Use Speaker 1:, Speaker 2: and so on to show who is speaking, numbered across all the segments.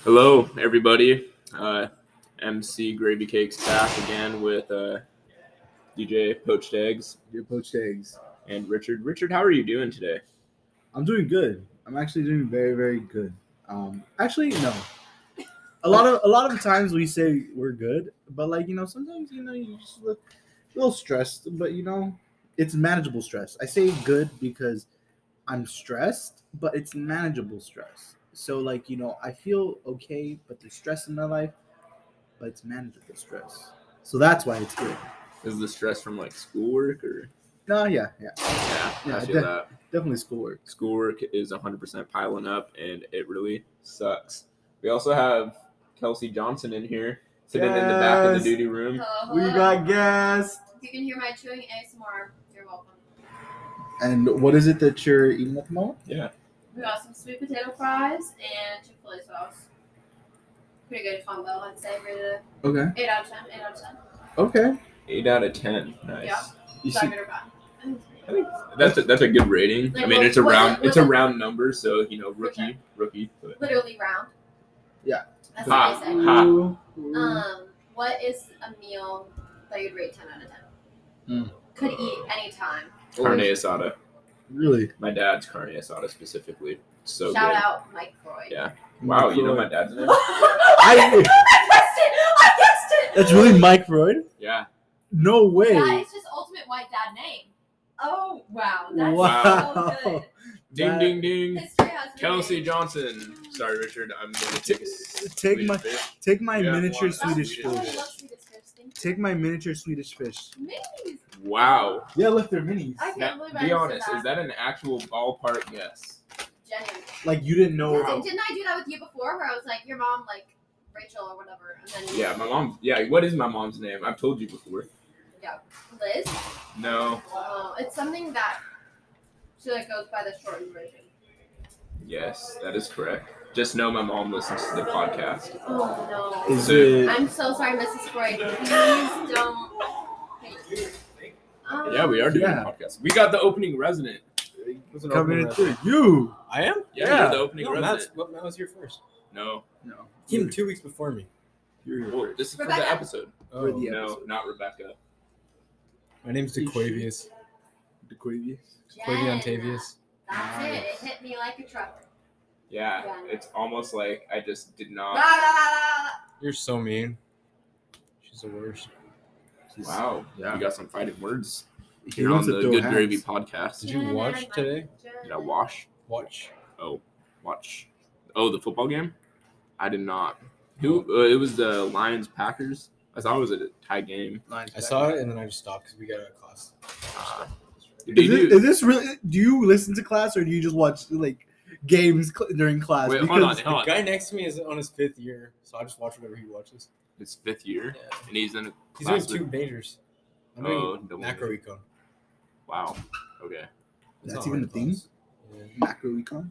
Speaker 1: Hello, everybody. Uh, MC Gravy Cakes back again with uh, DJ Poached Eggs
Speaker 2: Your poached eggs.
Speaker 1: and Richard. Richard, how are you doing today?
Speaker 2: I'm doing good. I'm actually doing very, very good. Um, actually, no. A lot of a lot of times we say we're good, but like you know, sometimes you know you just look a little stressed. But you know, it's manageable stress. I say good because I'm stressed, but it's manageable stress. So like you know, I feel okay, but there's stress in my life, but it's manageable stress. So that's why it's good.
Speaker 1: Is the stress from like schoolwork or?
Speaker 2: No, yeah, yeah,
Speaker 1: Yeah, I
Speaker 2: Yeah, I
Speaker 1: feel
Speaker 2: def-
Speaker 1: that.
Speaker 2: definitely schoolwork.
Speaker 1: Schoolwork is 100% piling up and it really sucks. We also have Kelsey Johnson in here sitting in the back of the
Speaker 2: Yes.
Speaker 1: duty room.
Speaker 3: Hello,
Speaker 2: We
Speaker 3: hello.
Speaker 2: got guests.
Speaker 3: Uh-huh. You can hear my chewing ASMR. You're welcome.
Speaker 2: And what is it that you're eating at the moment?
Speaker 1: Yeah.
Speaker 3: We got some sweet potato fries and Chick Fil A sauce. Pretty good combo, I'd say. Rated
Speaker 2: Okay.
Speaker 3: a eight out of ten. Eight out of ten.
Speaker 2: Okay.
Speaker 1: 8 out of 10. Nice.
Speaker 3: Yeah.
Speaker 2: You
Speaker 3: Five
Speaker 2: see,
Speaker 3: out of five.
Speaker 1: I think that's a, that's a good rating. I
Speaker 3: Like,
Speaker 1: mean,
Speaker 3: what-
Speaker 1: it's a
Speaker 3: what-
Speaker 1: round
Speaker 3: what-
Speaker 1: it's a round number, so you know, rookie,
Speaker 3: Okay.
Speaker 1: rookie. but-
Speaker 3: Literally round.
Speaker 2: Yeah.
Speaker 3: That's
Speaker 1: Ha,
Speaker 3: what they say.
Speaker 1: ha.
Speaker 3: Um, what is a meal that you'd rate ten out of ten?
Speaker 2: Mm.
Speaker 3: Could eat anytime.
Speaker 1: Carne asada.
Speaker 2: Really?
Speaker 1: My dad's carne asada specifically. So
Speaker 3: Shout
Speaker 1: good.
Speaker 3: out Mike Freud.
Speaker 1: Yeah. Wow, you know my dad's name?
Speaker 3: I guessed it. I guessed it.
Speaker 2: That's really Mike Freud?
Speaker 1: Yeah.
Speaker 2: No
Speaker 3: That
Speaker 2: way.
Speaker 3: is just ultimate white dad name. Oh wow, that's
Speaker 2: Wow.
Speaker 3: so
Speaker 1: Ding
Speaker 2: That-
Speaker 1: ding
Speaker 3: good.
Speaker 1: ding.
Speaker 3: History has no
Speaker 1: Kelsey
Speaker 3: name.
Speaker 1: Johnson. Sorry, Richard. I'm gonna take a s-
Speaker 2: Take
Speaker 1: Swedish
Speaker 2: my-
Speaker 1: fish.
Speaker 2: Take my
Speaker 1: Yeah,
Speaker 2: miniature
Speaker 1: one.
Speaker 2: Swedish
Speaker 3: Oh, I
Speaker 1: Swedish.
Speaker 2: fish.
Speaker 3: love sweet potatoes. Thank
Speaker 2: Take my miniature Swedish fish.
Speaker 3: you. Minis.
Speaker 1: Wow.
Speaker 2: Yeah, look, they're minis.
Speaker 3: I can't
Speaker 1: Now,
Speaker 3: believe I
Speaker 1: be
Speaker 3: just
Speaker 1: honest,
Speaker 3: said
Speaker 1: is that an actual ballpark guess?
Speaker 3: Genuine.
Speaker 2: Like you didn't know.
Speaker 3: Because Didn't I do that with you before, where I was like your mom, like Rachel or whatever, and then
Speaker 1: Yeah, my mom yeah, what is my mom's name? I've told you before.
Speaker 3: Liz.
Speaker 1: No.
Speaker 3: Uh, it's something that she like goes by the shortened version.
Speaker 1: Yes, that is correct. Just know my mom listens to the podcast.
Speaker 3: Oh no.
Speaker 2: Is it?
Speaker 3: I'm so sorry, Mrs. Freud. Please don't. hate me. Um,
Speaker 1: Yeah, we are doing
Speaker 2: Yeah.
Speaker 1: a podcast. We got the opening resident.
Speaker 4: Who's an opening
Speaker 2: Coming in
Speaker 4: resident?
Speaker 2: through you.
Speaker 4: I am.
Speaker 1: Yeah,
Speaker 2: Yeah.
Speaker 1: you're the opening
Speaker 4: No, Matt's,
Speaker 1: resident.
Speaker 4: well, Matt was here first.
Speaker 1: No.
Speaker 2: No.
Speaker 4: He came two weeks before me.
Speaker 2: You're
Speaker 1: Well, this is for
Speaker 3: Rebecca.
Speaker 1: the episode.
Speaker 2: You're the- Yeah,
Speaker 1: no,
Speaker 2: episode.
Speaker 1: not Rebecca.
Speaker 4: Oh. My name's DeQuavius.
Speaker 2: DeQuavius.
Speaker 4: DeQuavius
Speaker 3: Oh, Jen.
Speaker 4: Ontavius.
Speaker 3: That's it. It hit me like a truck.
Speaker 1: Yeah,
Speaker 3: Yeah.
Speaker 1: it's almost like I just did not.
Speaker 3: La, la, la,
Speaker 4: You're so mean. She's the worst.
Speaker 1: Wow,
Speaker 2: Yeah.
Speaker 1: you got some fighting words.
Speaker 2: He
Speaker 1: You're on
Speaker 2: wants to
Speaker 1: the
Speaker 2: throw
Speaker 1: Good
Speaker 2: hats.
Speaker 1: Gravy
Speaker 4: Did
Speaker 1: podcast.
Speaker 4: you watch today?
Speaker 3: la.
Speaker 1: Did I wash?
Speaker 4: Watch.
Speaker 1: Watch. Oh, the football game. I did not. Who? Uh, it was the Lions Packers. I thought it was a tie game.
Speaker 2: Lines
Speaker 4: I
Speaker 2: back.
Speaker 4: saw it and then I just stopped because we got out of class.
Speaker 1: Uh, did
Speaker 2: Is, it,
Speaker 1: you?
Speaker 2: is this really? Do you listen to class or do you just watch like games cl- during class?
Speaker 1: Wait, hold on, hold on.
Speaker 4: Guy next to me is on his fifth year, so I just watch whatever he watches.
Speaker 1: It's fifth year, and he's in.
Speaker 4: He's
Speaker 1: Class
Speaker 4: doing two
Speaker 1: with-
Speaker 4: majors. I'm
Speaker 1: Oh,
Speaker 4: doing
Speaker 1: double major.
Speaker 4: macroecon.
Speaker 1: Wow. Okay.
Speaker 4: It's
Speaker 2: That's
Speaker 4: not
Speaker 2: even
Speaker 4: hard
Speaker 2: a thing?
Speaker 4: class. Yeah.
Speaker 2: macro econ.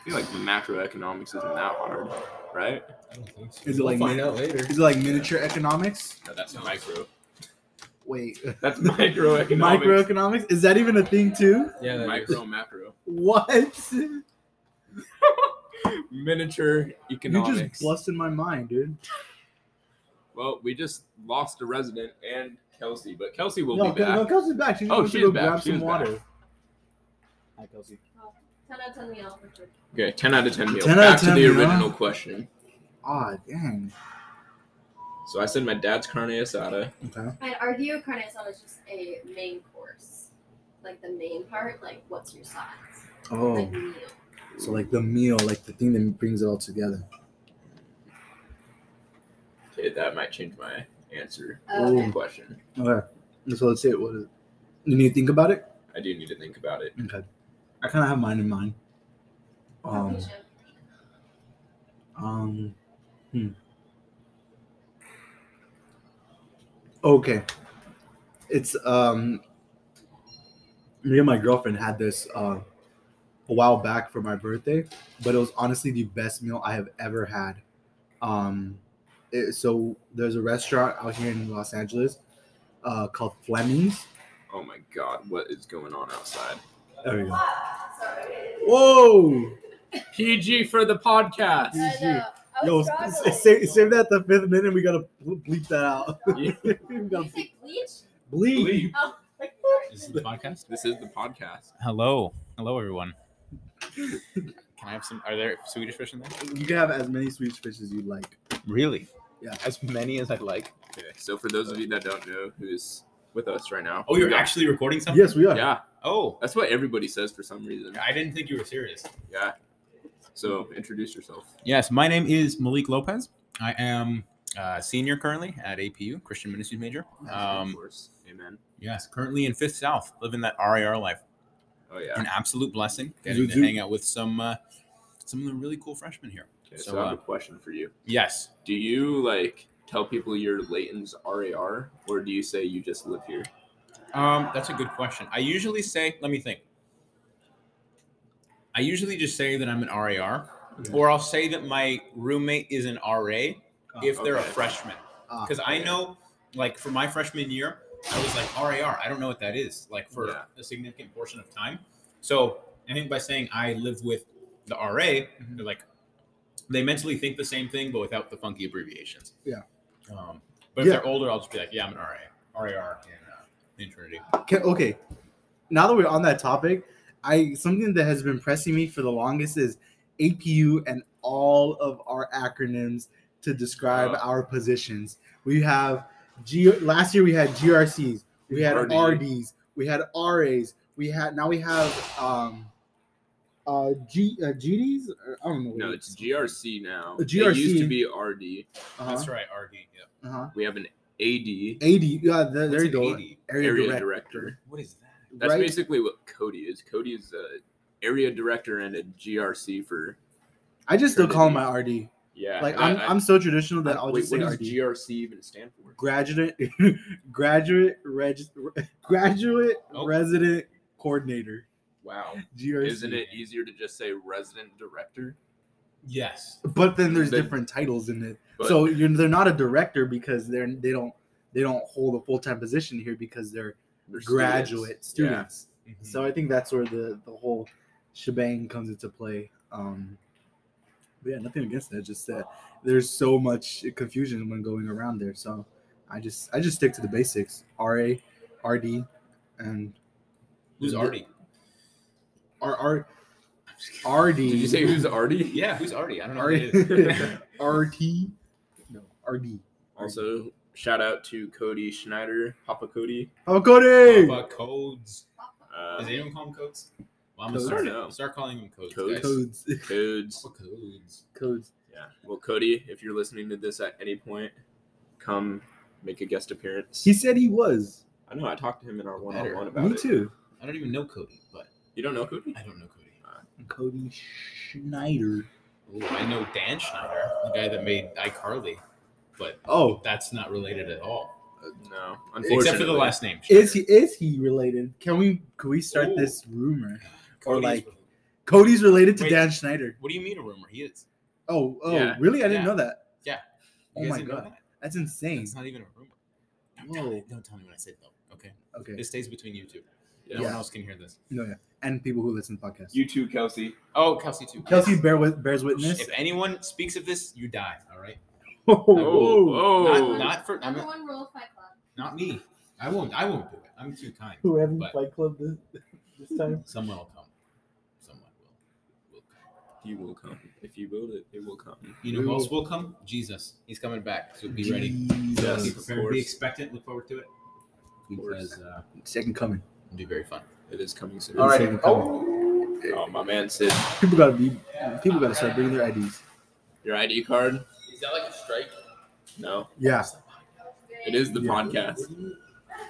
Speaker 1: I feel like macroeconomics isn't that hard, right?
Speaker 4: I don't think so.
Speaker 2: Is it
Speaker 4: we'll
Speaker 2: like
Speaker 4: find
Speaker 2: min-
Speaker 4: out later?
Speaker 2: Is it like miniature economics?
Speaker 1: No, that's micro.
Speaker 2: Wait.
Speaker 1: That's microeconomics.
Speaker 2: Microeconomics? Is that even a thing too?
Speaker 4: Yeah. that is.
Speaker 1: Micro macro.
Speaker 2: What? You
Speaker 1: Miniature economics.
Speaker 2: just busted my mind, dude.
Speaker 1: Well, we just lost a resident and Kelsey, but Kelsey will
Speaker 2: no,
Speaker 1: be back.
Speaker 2: no, Kelsey's back. She just
Speaker 1: Oh,
Speaker 2: went to
Speaker 1: she's
Speaker 2: go
Speaker 1: back.
Speaker 2: grab
Speaker 1: She's
Speaker 2: some
Speaker 1: back.
Speaker 2: water. Hi, Kelsey.
Speaker 3: Ten out of ten meal. Richard.
Speaker 1: Okay, 10 out of 10 meal.
Speaker 2: 10 out of
Speaker 1: back to
Speaker 2: 10
Speaker 1: the
Speaker 2: meal.
Speaker 1: original question.
Speaker 2: Aw, Ah, dang.
Speaker 1: So I said my dad's carne asada.
Speaker 2: Okay.
Speaker 3: I'd argue carne asada is just a main course, like the main part. Like, what's your sides?
Speaker 2: Oh,
Speaker 3: Like meal.
Speaker 2: so like the meal, like the thing that brings it all together.
Speaker 1: Okay, that might change my answer to
Speaker 4: Oh,
Speaker 3: Okay.
Speaker 4: um,
Speaker 1: the question.
Speaker 2: Okay. So let's see. What is it? You need to think about it?
Speaker 1: I do need to think about it.
Speaker 2: Okay. I kind of have mine in mind. Um,
Speaker 3: Location.
Speaker 2: um, hmm. Okay. It's um me and my girlfriend had this uh a while back for my birthday, but it was honestly the best meal I have ever had. Um it- so there's a restaurant out here in Los Angeles uh called Fleming's.
Speaker 1: Oh my god, what is going on outside?
Speaker 2: There we go.
Speaker 3: Ah, sorry.
Speaker 2: Whoa!
Speaker 1: PG for the podcast.
Speaker 3: I know.
Speaker 5: I
Speaker 2: Yo,
Speaker 5: was struggling.
Speaker 2: s- save, save that the fifth minute. We gotta ble- bleep that out.
Speaker 1: Yeah.
Speaker 2: we
Speaker 3: Did you
Speaker 2: gotta
Speaker 3: say bleach?
Speaker 2: bleep.
Speaker 3: Oh, like,
Speaker 6: This is the podcast.
Speaker 1: This is the podcast.
Speaker 6: Hello, hello everyone. Can I have some? Are there Swedish fish in there?
Speaker 2: You can have as many Swedish fish as you like.
Speaker 6: Really?
Speaker 2: Yeah.
Speaker 6: As many as I like.
Speaker 1: Okay, so for those of you that don't know who's with us right now.
Speaker 6: Oh, you're
Speaker 1: we got-
Speaker 6: actually recording something?
Speaker 2: Yes, we are.
Speaker 1: Yeah,
Speaker 6: Oh,
Speaker 1: that's what everybody says for some reason.
Speaker 6: I didn't think you were serious.
Speaker 1: Yeah. So introduce yourself.
Speaker 6: Yes, my name is Malik Lopez. I am uh, senior currently at APU, Christian Ministries major.
Speaker 1: of
Speaker 6: Um,
Speaker 1: course. Amen.
Speaker 6: yes, currently in Fifth South, living that RAR life.
Speaker 1: Oh yeah.
Speaker 6: An absolute blessing getting
Speaker 2: Zoot
Speaker 6: to
Speaker 2: zoot.
Speaker 6: hang out with some uh, some of the really cool freshmen here.
Speaker 1: Okay, so,
Speaker 6: so,
Speaker 1: I have
Speaker 6: uh,
Speaker 1: a question for you.
Speaker 6: Yes,
Speaker 1: Do you like tell people you're Layton's RAR, or do you say you just live here?
Speaker 6: Um, that's a good question. I usually say, let me think. I usually just say that I'm an RAR, or I'll say that my roommate is an RA
Speaker 2: Ah,
Speaker 6: if they're a
Speaker 1: okay.
Speaker 6: freshman.
Speaker 2: Ah,
Speaker 6: Because I know, like, for my freshman year, I was like RAR. I don't know what that is, like, for
Speaker 1: Yeah.
Speaker 6: a significant portion of time. So I think by saying I live with the RA,
Speaker 2: Mm-hmm.
Speaker 6: they're like, they mentally think the same thing, but without the funky abbreviations.
Speaker 2: Yeah.
Speaker 6: Um, but if
Speaker 2: Yeah.
Speaker 6: they're older, I'll just be like, yeah, I'm an RA, RAR in, uh, in Trinity.
Speaker 2: Can, okay. Now that we're on that topic, I something that has been pressing me for the longest is APU and all of our acronyms to describe
Speaker 1: Oh.
Speaker 2: our positions. We have G. Last year we had GRCs, we had
Speaker 1: RD.
Speaker 2: RDs, we had RAs, we had now we have um, uh, G uh, GDs. Or, I don't know. what
Speaker 1: No,
Speaker 2: it
Speaker 1: it's
Speaker 2: is.
Speaker 1: GRC now.
Speaker 2: Uh,
Speaker 1: It used
Speaker 2: GRC.
Speaker 1: to be RD.
Speaker 2: Uh-huh,
Speaker 6: That's right, RD. Yeah.
Speaker 2: Uh-huh.
Speaker 1: We have an AD,
Speaker 2: AD. Yeah, there, there
Speaker 6: What's
Speaker 2: you
Speaker 6: an
Speaker 2: go.
Speaker 6: 80?
Speaker 2: Area,
Speaker 1: Area
Speaker 2: director.
Speaker 1: director.
Speaker 6: What is that?
Speaker 1: That's
Speaker 2: right?
Speaker 1: basically what Cody is. Cody is a area director and a GRC for
Speaker 2: I just still call him my RD.
Speaker 1: yeah.
Speaker 2: Like
Speaker 1: and I-
Speaker 2: I'm,
Speaker 1: I-
Speaker 2: I, am so traditional that I'll
Speaker 1: wait,
Speaker 2: just
Speaker 1: what
Speaker 2: say
Speaker 1: does
Speaker 2: RD.
Speaker 1: GRC even stand for?
Speaker 2: graduate graduate reg, graduate
Speaker 6: Oh.
Speaker 2: resident coordinator
Speaker 1: Wow.
Speaker 2: GRC.
Speaker 1: Isn't it easier to just say resident director?
Speaker 6: Yes.
Speaker 2: But then there's
Speaker 1: They-
Speaker 2: different titles in it.
Speaker 1: But-
Speaker 2: so you're, they're not a director because they're they don't they don't hold a full time position here because they're,
Speaker 1: They're
Speaker 2: graduate
Speaker 1: students.
Speaker 2: students.
Speaker 6: Mm-hmm.
Speaker 2: So I think that's where the the whole shebang comes into play. Um, but yeah, nothing against that. Just that there's so much confusion when going around there. So I just I just stick to the basics: RA, RD, and
Speaker 6: Who's Artie?
Speaker 2: R R RD.
Speaker 1: Yeah. Did you say who's RD?
Speaker 6: Yeah, who's Artie? I don't know.
Speaker 2: R-
Speaker 6: What it is.
Speaker 2: RT? No, RD.
Speaker 1: Also, shout out to Cody Schneider, Papa Cody.
Speaker 2: Oh, Cody.
Speaker 6: Papa codes.
Speaker 1: Uh,
Speaker 6: Does anyone call him codes? Well, I'm gonna
Speaker 2: Codes.
Speaker 6: start,
Speaker 1: No.
Speaker 6: start calling him codes.
Speaker 1: Codes.
Speaker 6: guys.
Speaker 2: Codes.
Speaker 1: codes.
Speaker 6: Papa codes.
Speaker 2: Codes.
Speaker 1: Yeah. Well, Cody, if you're listening to this at any point, come make a guest appearance.
Speaker 2: He said he was.
Speaker 1: I know. I talked to him in our
Speaker 6: Better.
Speaker 1: one-on-one about
Speaker 2: Me
Speaker 1: it.
Speaker 2: too.
Speaker 6: I don't even know Cody, but
Speaker 1: You don't know Cody?
Speaker 6: I don't know Cody.
Speaker 2: Cody Schneider.
Speaker 6: Ooh, I know Dan Schneider, the guy that made iCarly, but
Speaker 2: Oh,
Speaker 6: that's not related at all.
Speaker 1: Uh, No, unfortunately.
Speaker 6: Except for the last name.
Speaker 2: Is he is he related? Can we can we start
Speaker 6: Ooh.
Speaker 2: this rumor? or like-
Speaker 6: Cody's related.
Speaker 2: Cody's related to
Speaker 6: Wait.
Speaker 2: Dan Schneider.
Speaker 6: What do you mean a rumor? He is.
Speaker 2: Oh, oh,
Speaker 1: Yeah.
Speaker 2: really? I didn't
Speaker 6: Yeah.
Speaker 2: know that.
Speaker 6: You
Speaker 2: Oh
Speaker 6: guys
Speaker 2: my
Speaker 6: didn't know
Speaker 2: God.
Speaker 6: that?
Speaker 2: That's insane.
Speaker 6: That's not even a rumor. Don't tell
Speaker 2: Whoa.
Speaker 6: me- Don't tell me when I say it though. Okay.
Speaker 2: Okay.
Speaker 6: It stays between you two.
Speaker 1: Yeah.
Speaker 6: No one
Speaker 2: Yeah.
Speaker 6: else can hear this.
Speaker 2: No, yeah. And people who listen to podcasts.
Speaker 1: You too, Kelsey.
Speaker 6: Oh, Kelsey too.
Speaker 2: Kelsey
Speaker 6: Yes.
Speaker 2: bear with, bears witness.
Speaker 6: If anyone speaks of this, you die. All right.
Speaker 2: Oh,
Speaker 1: Oh,
Speaker 6: Not,
Speaker 1: oh.
Speaker 6: not for I'm
Speaker 3: Number
Speaker 6: not,
Speaker 3: one rule of Fight Club.
Speaker 6: not me. I won't. I won't do it. I'm too kind.
Speaker 2: Who having
Speaker 6: But-
Speaker 2: Fight Club this, this time?
Speaker 6: Someone will come. Someone will. will come.
Speaker 1: He will come. If you build it, it will come.
Speaker 6: You know who else will come? Jesus. He's coming back. So be ready.
Speaker 2: Jesus.
Speaker 6: be
Speaker 1: Yes. of
Speaker 6: prepared. Be
Speaker 1: course.
Speaker 6: expectant. Look forward to it.
Speaker 1: course.
Speaker 6: Because uh,
Speaker 2: Second coming.
Speaker 6: it'll be very fun.
Speaker 1: It is coming soon.
Speaker 2: All right.
Speaker 1: Second coming. Oh, my man said,
Speaker 2: People gotta be. People gotta start bringing their IDs.
Speaker 1: "Your ID card?
Speaker 6: Is that like a strike?
Speaker 1: No,
Speaker 2: Yeah.
Speaker 1: it is the
Speaker 2: Yeah.
Speaker 1: podcast.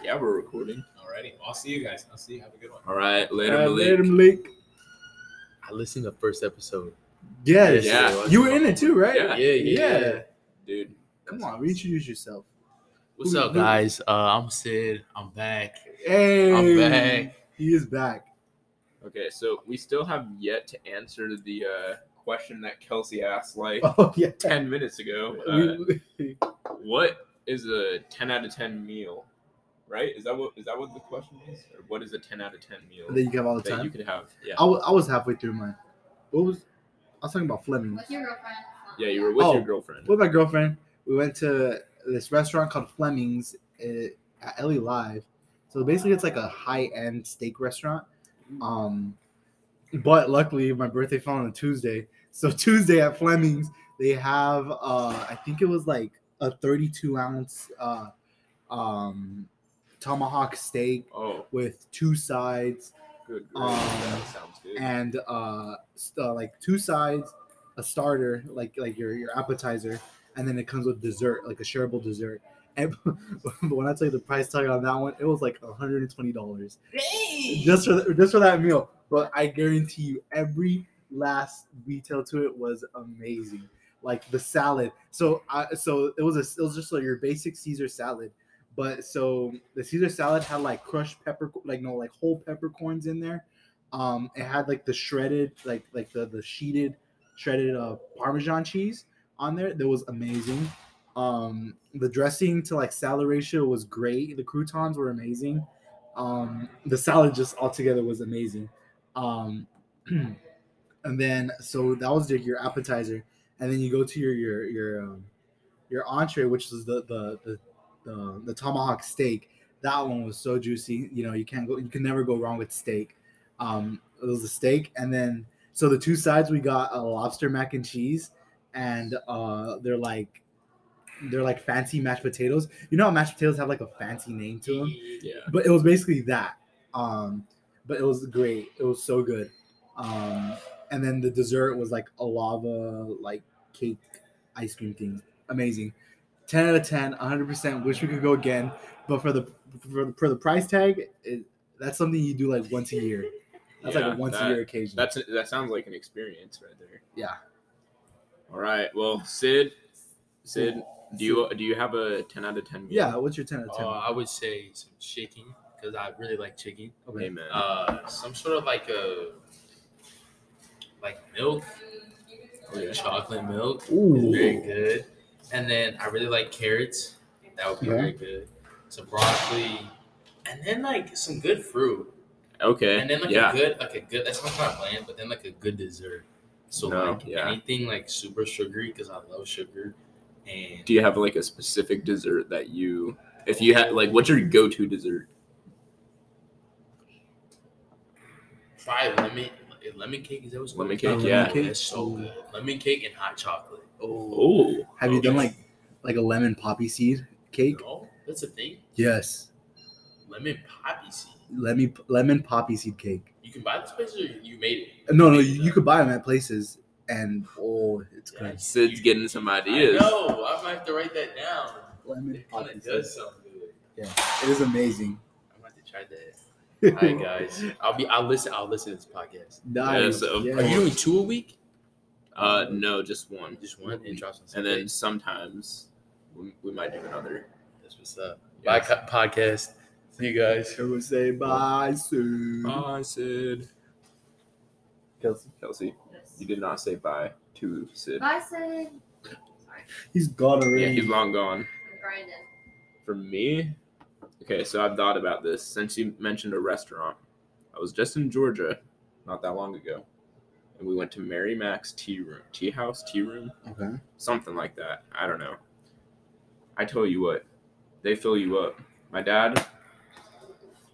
Speaker 1: Yeah, we're recording.
Speaker 6: Alrighty. Well, I'll see you guys. I'll see you. Have a good one.
Speaker 1: All right, later,
Speaker 2: Uh,
Speaker 1: Malik.
Speaker 2: later, Malik.
Speaker 7: I listened to the first episode.
Speaker 2: Yes.
Speaker 1: Yeah.
Speaker 2: You were in it too, right?
Speaker 1: Yeah.
Speaker 7: Yeah,
Speaker 2: Yeah.
Speaker 1: Dude,
Speaker 2: Come on, reintroduce yourself.
Speaker 7: What's up, guys? Uh, I'm Sid. I'm back.
Speaker 2: Hey.
Speaker 7: back.
Speaker 2: He is back.
Speaker 1: Okay, so we still have yet to answer the uh, question that Kelsey asked like
Speaker 2: Oh yeah.
Speaker 1: 10 minutes ago. Uh,
Speaker 2: We- we-
Speaker 1: what is a 10 out of 10 meal? Right? Is that what is that what the question is? Or what is a 10 out of 10 meal
Speaker 2: that you have all the
Speaker 1: that you
Speaker 2: time. Oh.
Speaker 1: could have? Yeah.
Speaker 2: I wa- I was halfway through mine. What was? I was talking about Fleming.
Speaker 3: With your girlfriend.
Speaker 1: Yeah, you were with
Speaker 2: Oh.
Speaker 1: your girlfriend.
Speaker 2: with my girlfriend. We went to this restaurant called Fleming's uh, at LA Live. So basically, it's like a high end steak restaurant. Um, but luckily, my birthday fell on a Tuesday. So Tuesday at Fleming's, they have uh, I think it was like a 32 ounce uh, um, tomahawk steak
Speaker 1: Oh,
Speaker 2: with two sides
Speaker 1: good. grief.
Speaker 2: Um,
Speaker 1: that sounds good.
Speaker 2: and uh, st- uh, like two sides, a starter, like like your your appetizer, and then it comes with dessert, like a shareable dessert. And but when I tell you the price tag on that one, it was like hundred and twenty dollars just for th- just for that meal. But I guarantee you, every last detail to it was amazing. Like the salad, so I so it was a it was just like your basic Caesar salad. But so the Caesar salad had like crushed pepper, like no, like whole peppercorns in there, um, it had like the shredded, like like the the sheeted, shredded uh, Parmesan cheese on there. That was amazing. Um, the dressing to like salad ratio was great. The croutons were amazing. Um, the salad just altogether was amazing. Um, and then so that was your, your appetizer, and then you go to your your your um, your entree, which is the the the the, the tomahawk steak. That one was so juicy. You know, you can't go. You can never go wrong with steak um it was a steak and then so the two sides we got a lobster mac and cheese and uh they're like they're like fancy mashed potatoes you know how mashed potatoes have like a fancy name to them
Speaker 1: yeah.
Speaker 2: but it was basically that um but it was great it was so good um and then the dessert was like a lava like cake ice cream thing amazing 10 out of 10 100% wish we could go again but for the for the, for the price tag it, that's something you do like once a year that's
Speaker 1: Yeah,
Speaker 2: like a once
Speaker 1: that-
Speaker 2: a year occasion.
Speaker 1: That's that sounds like an experience right there.
Speaker 2: yeah.
Speaker 1: All right. Well, Sid, Sid, do you do you have a ten out of ten? Meal?
Speaker 2: Yeah. What's your ten out of ten?
Speaker 6: Uh, I would say some chicken because I really like chicken.
Speaker 2: okay.
Speaker 1: Amen.
Speaker 6: Uh, some sort of like a like milk,
Speaker 1: Oh,
Speaker 6: like chocolate milk is very
Speaker 2: Ooh.
Speaker 6: good. And then I really like carrots. That would be
Speaker 2: Yeah.
Speaker 6: very good. Some broccoli, and then like some good fruit,
Speaker 1: okay.
Speaker 6: and then like
Speaker 1: yeah.
Speaker 6: a good like a good. That sounds kind of bland, but then like a good dessert. So
Speaker 1: No,
Speaker 6: like
Speaker 1: yeah.
Speaker 6: anything like super sugary because I love sugar. And
Speaker 1: do you have like a specific dessert that you, if you had, like, what's your go-to dessert?
Speaker 6: Fried lemon, lemon cake is that what's
Speaker 1: Lemon
Speaker 6: called?
Speaker 1: cake,
Speaker 6: Oh,
Speaker 1: yeah.
Speaker 6: that's so good. Lemon cake and hot chocolate. Oh,
Speaker 1: Oh,
Speaker 2: Have you done like like a lemon poppy seed cake?
Speaker 6: no, that's a thing.
Speaker 2: Yes.
Speaker 6: Lemon poppy seed.
Speaker 2: Lemon lemon poppy seed cake.
Speaker 6: You can buy this place, or you made it.
Speaker 2: No, no, you, you could buy them at places, and oh, it's
Speaker 6: Yeah,
Speaker 2: good.
Speaker 1: Sid's getting some ideas.
Speaker 6: No, I might have to write that down.
Speaker 2: Lemon
Speaker 6: It kind
Speaker 2: poppy
Speaker 6: of
Speaker 2: seed.
Speaker 6: does sound good.
Speaker 2: It is amazing.
Speaker 6: I might have to try that. All right, guys. I'll be. I'll listen. I'll listen to this podcast.
Speaker 2: Nice.
Speaker 1: Yes, of
Speaker 2: Yeah.
Speaker 1: course.
Speaker 2: You-
Speaker 6: doing two a week?
Speaker 1: Uh, no, just one.
Speaker 6: Just one and drop some.
Speaker 1: And then sometimes we, we might do another.
Speaker 6: that's what's up. Bye,
Speaker 1: Yes.
Speaker 6: co- podcast. See you guys.
Speaker 2: Everyone say bye soon.
Speaker 1: Bye, Sid.
Speaker 2: Kelsey.
Speaker 1: Kelsey, you did not say bye to Sid.
Speaker 3: Bison. Sorry,
Speaker 2: He's gone already.
Speaker 1: Yeah, he's long gone.
Speaker 3: I'm grinding.
Speaker 1: For me, okay, so I've thought about this since you mentioned a restaurant. I was just in Georgia not that long ago, and we went to Mary Mac's Tea Room, Tea House, Tea Room,
Speaker 2: okay.
Speaker 1: something like that. I don't know. I tell you what, they fill you up. My dad,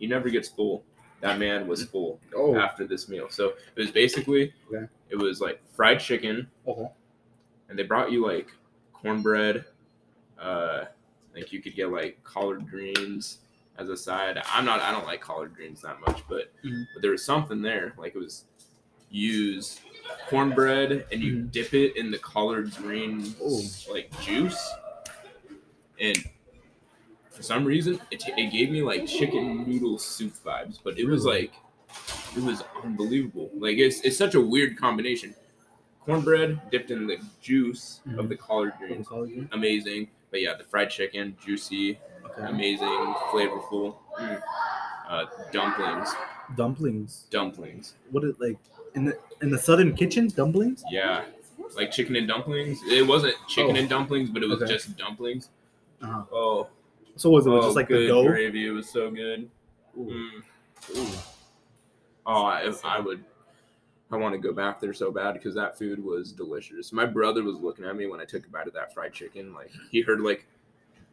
Speaker 1: he never gets full. That man was full
Speaker 2: Oh.
Speaker 1: after this meal. So it was basically,
Speaker 2: Okay.
Speaker 1: it was like fried chicken,
Speaker 2: Okay.
Speaker 1: and they brought you like cornbread. Uh, like you could get like collard greens as a side. I'm not. I don't like collard greens that much, but
Speaker 2: Mhm.
Speaker 1: but there was something there. Like it was used cornbread, and you
Speaker 2: Mhm.
Speaker 1: dip it in the collard green
Speaker 2: Oh.
Speaker 1: like juice, and for some reason it, it gave me like chicken noodle soup vibes. But it was like it was unbelievable. Like it's it's such a weird combination. Cornbread dipped in the juice of
Speaker 2: Mhm.
Speaker 1: the collard greens,
Speaker 2: Okay.
Speaker 1: amazing. But yeah, the fried chicken, juicy, amazing, flavorful. Mm. Uh, dumplings,
Speaker 2: Dumplings.
Speaker 1: dumplings.
Speaker 2: What it like in the in the southern kitchen? Dumplings.
Speaker 1: Yeah, like chicken and dumplings. It wasn't chicken
Speaker 2: Oh.
Speaker 1: and dumplings, but it was
Speaker 2: Okay.
Speaker 1: just dumplings.
Speaker 2: Uh-huh.
Speaker 1: Oh,
Speaker 2: So was it was
Speaker 1: oh,
Speaker 2: just like
Speaker 1: good
Speaker 2: the dough?
Speaker 1: gravy. It was so good.
Speaker 2: Ooh.
Speaker 1: Mm. Oh, I, I would. I want to go back there so bad because that food was delicious. My brother was looking at me when I took a bite of that fried chicken. Like he heard like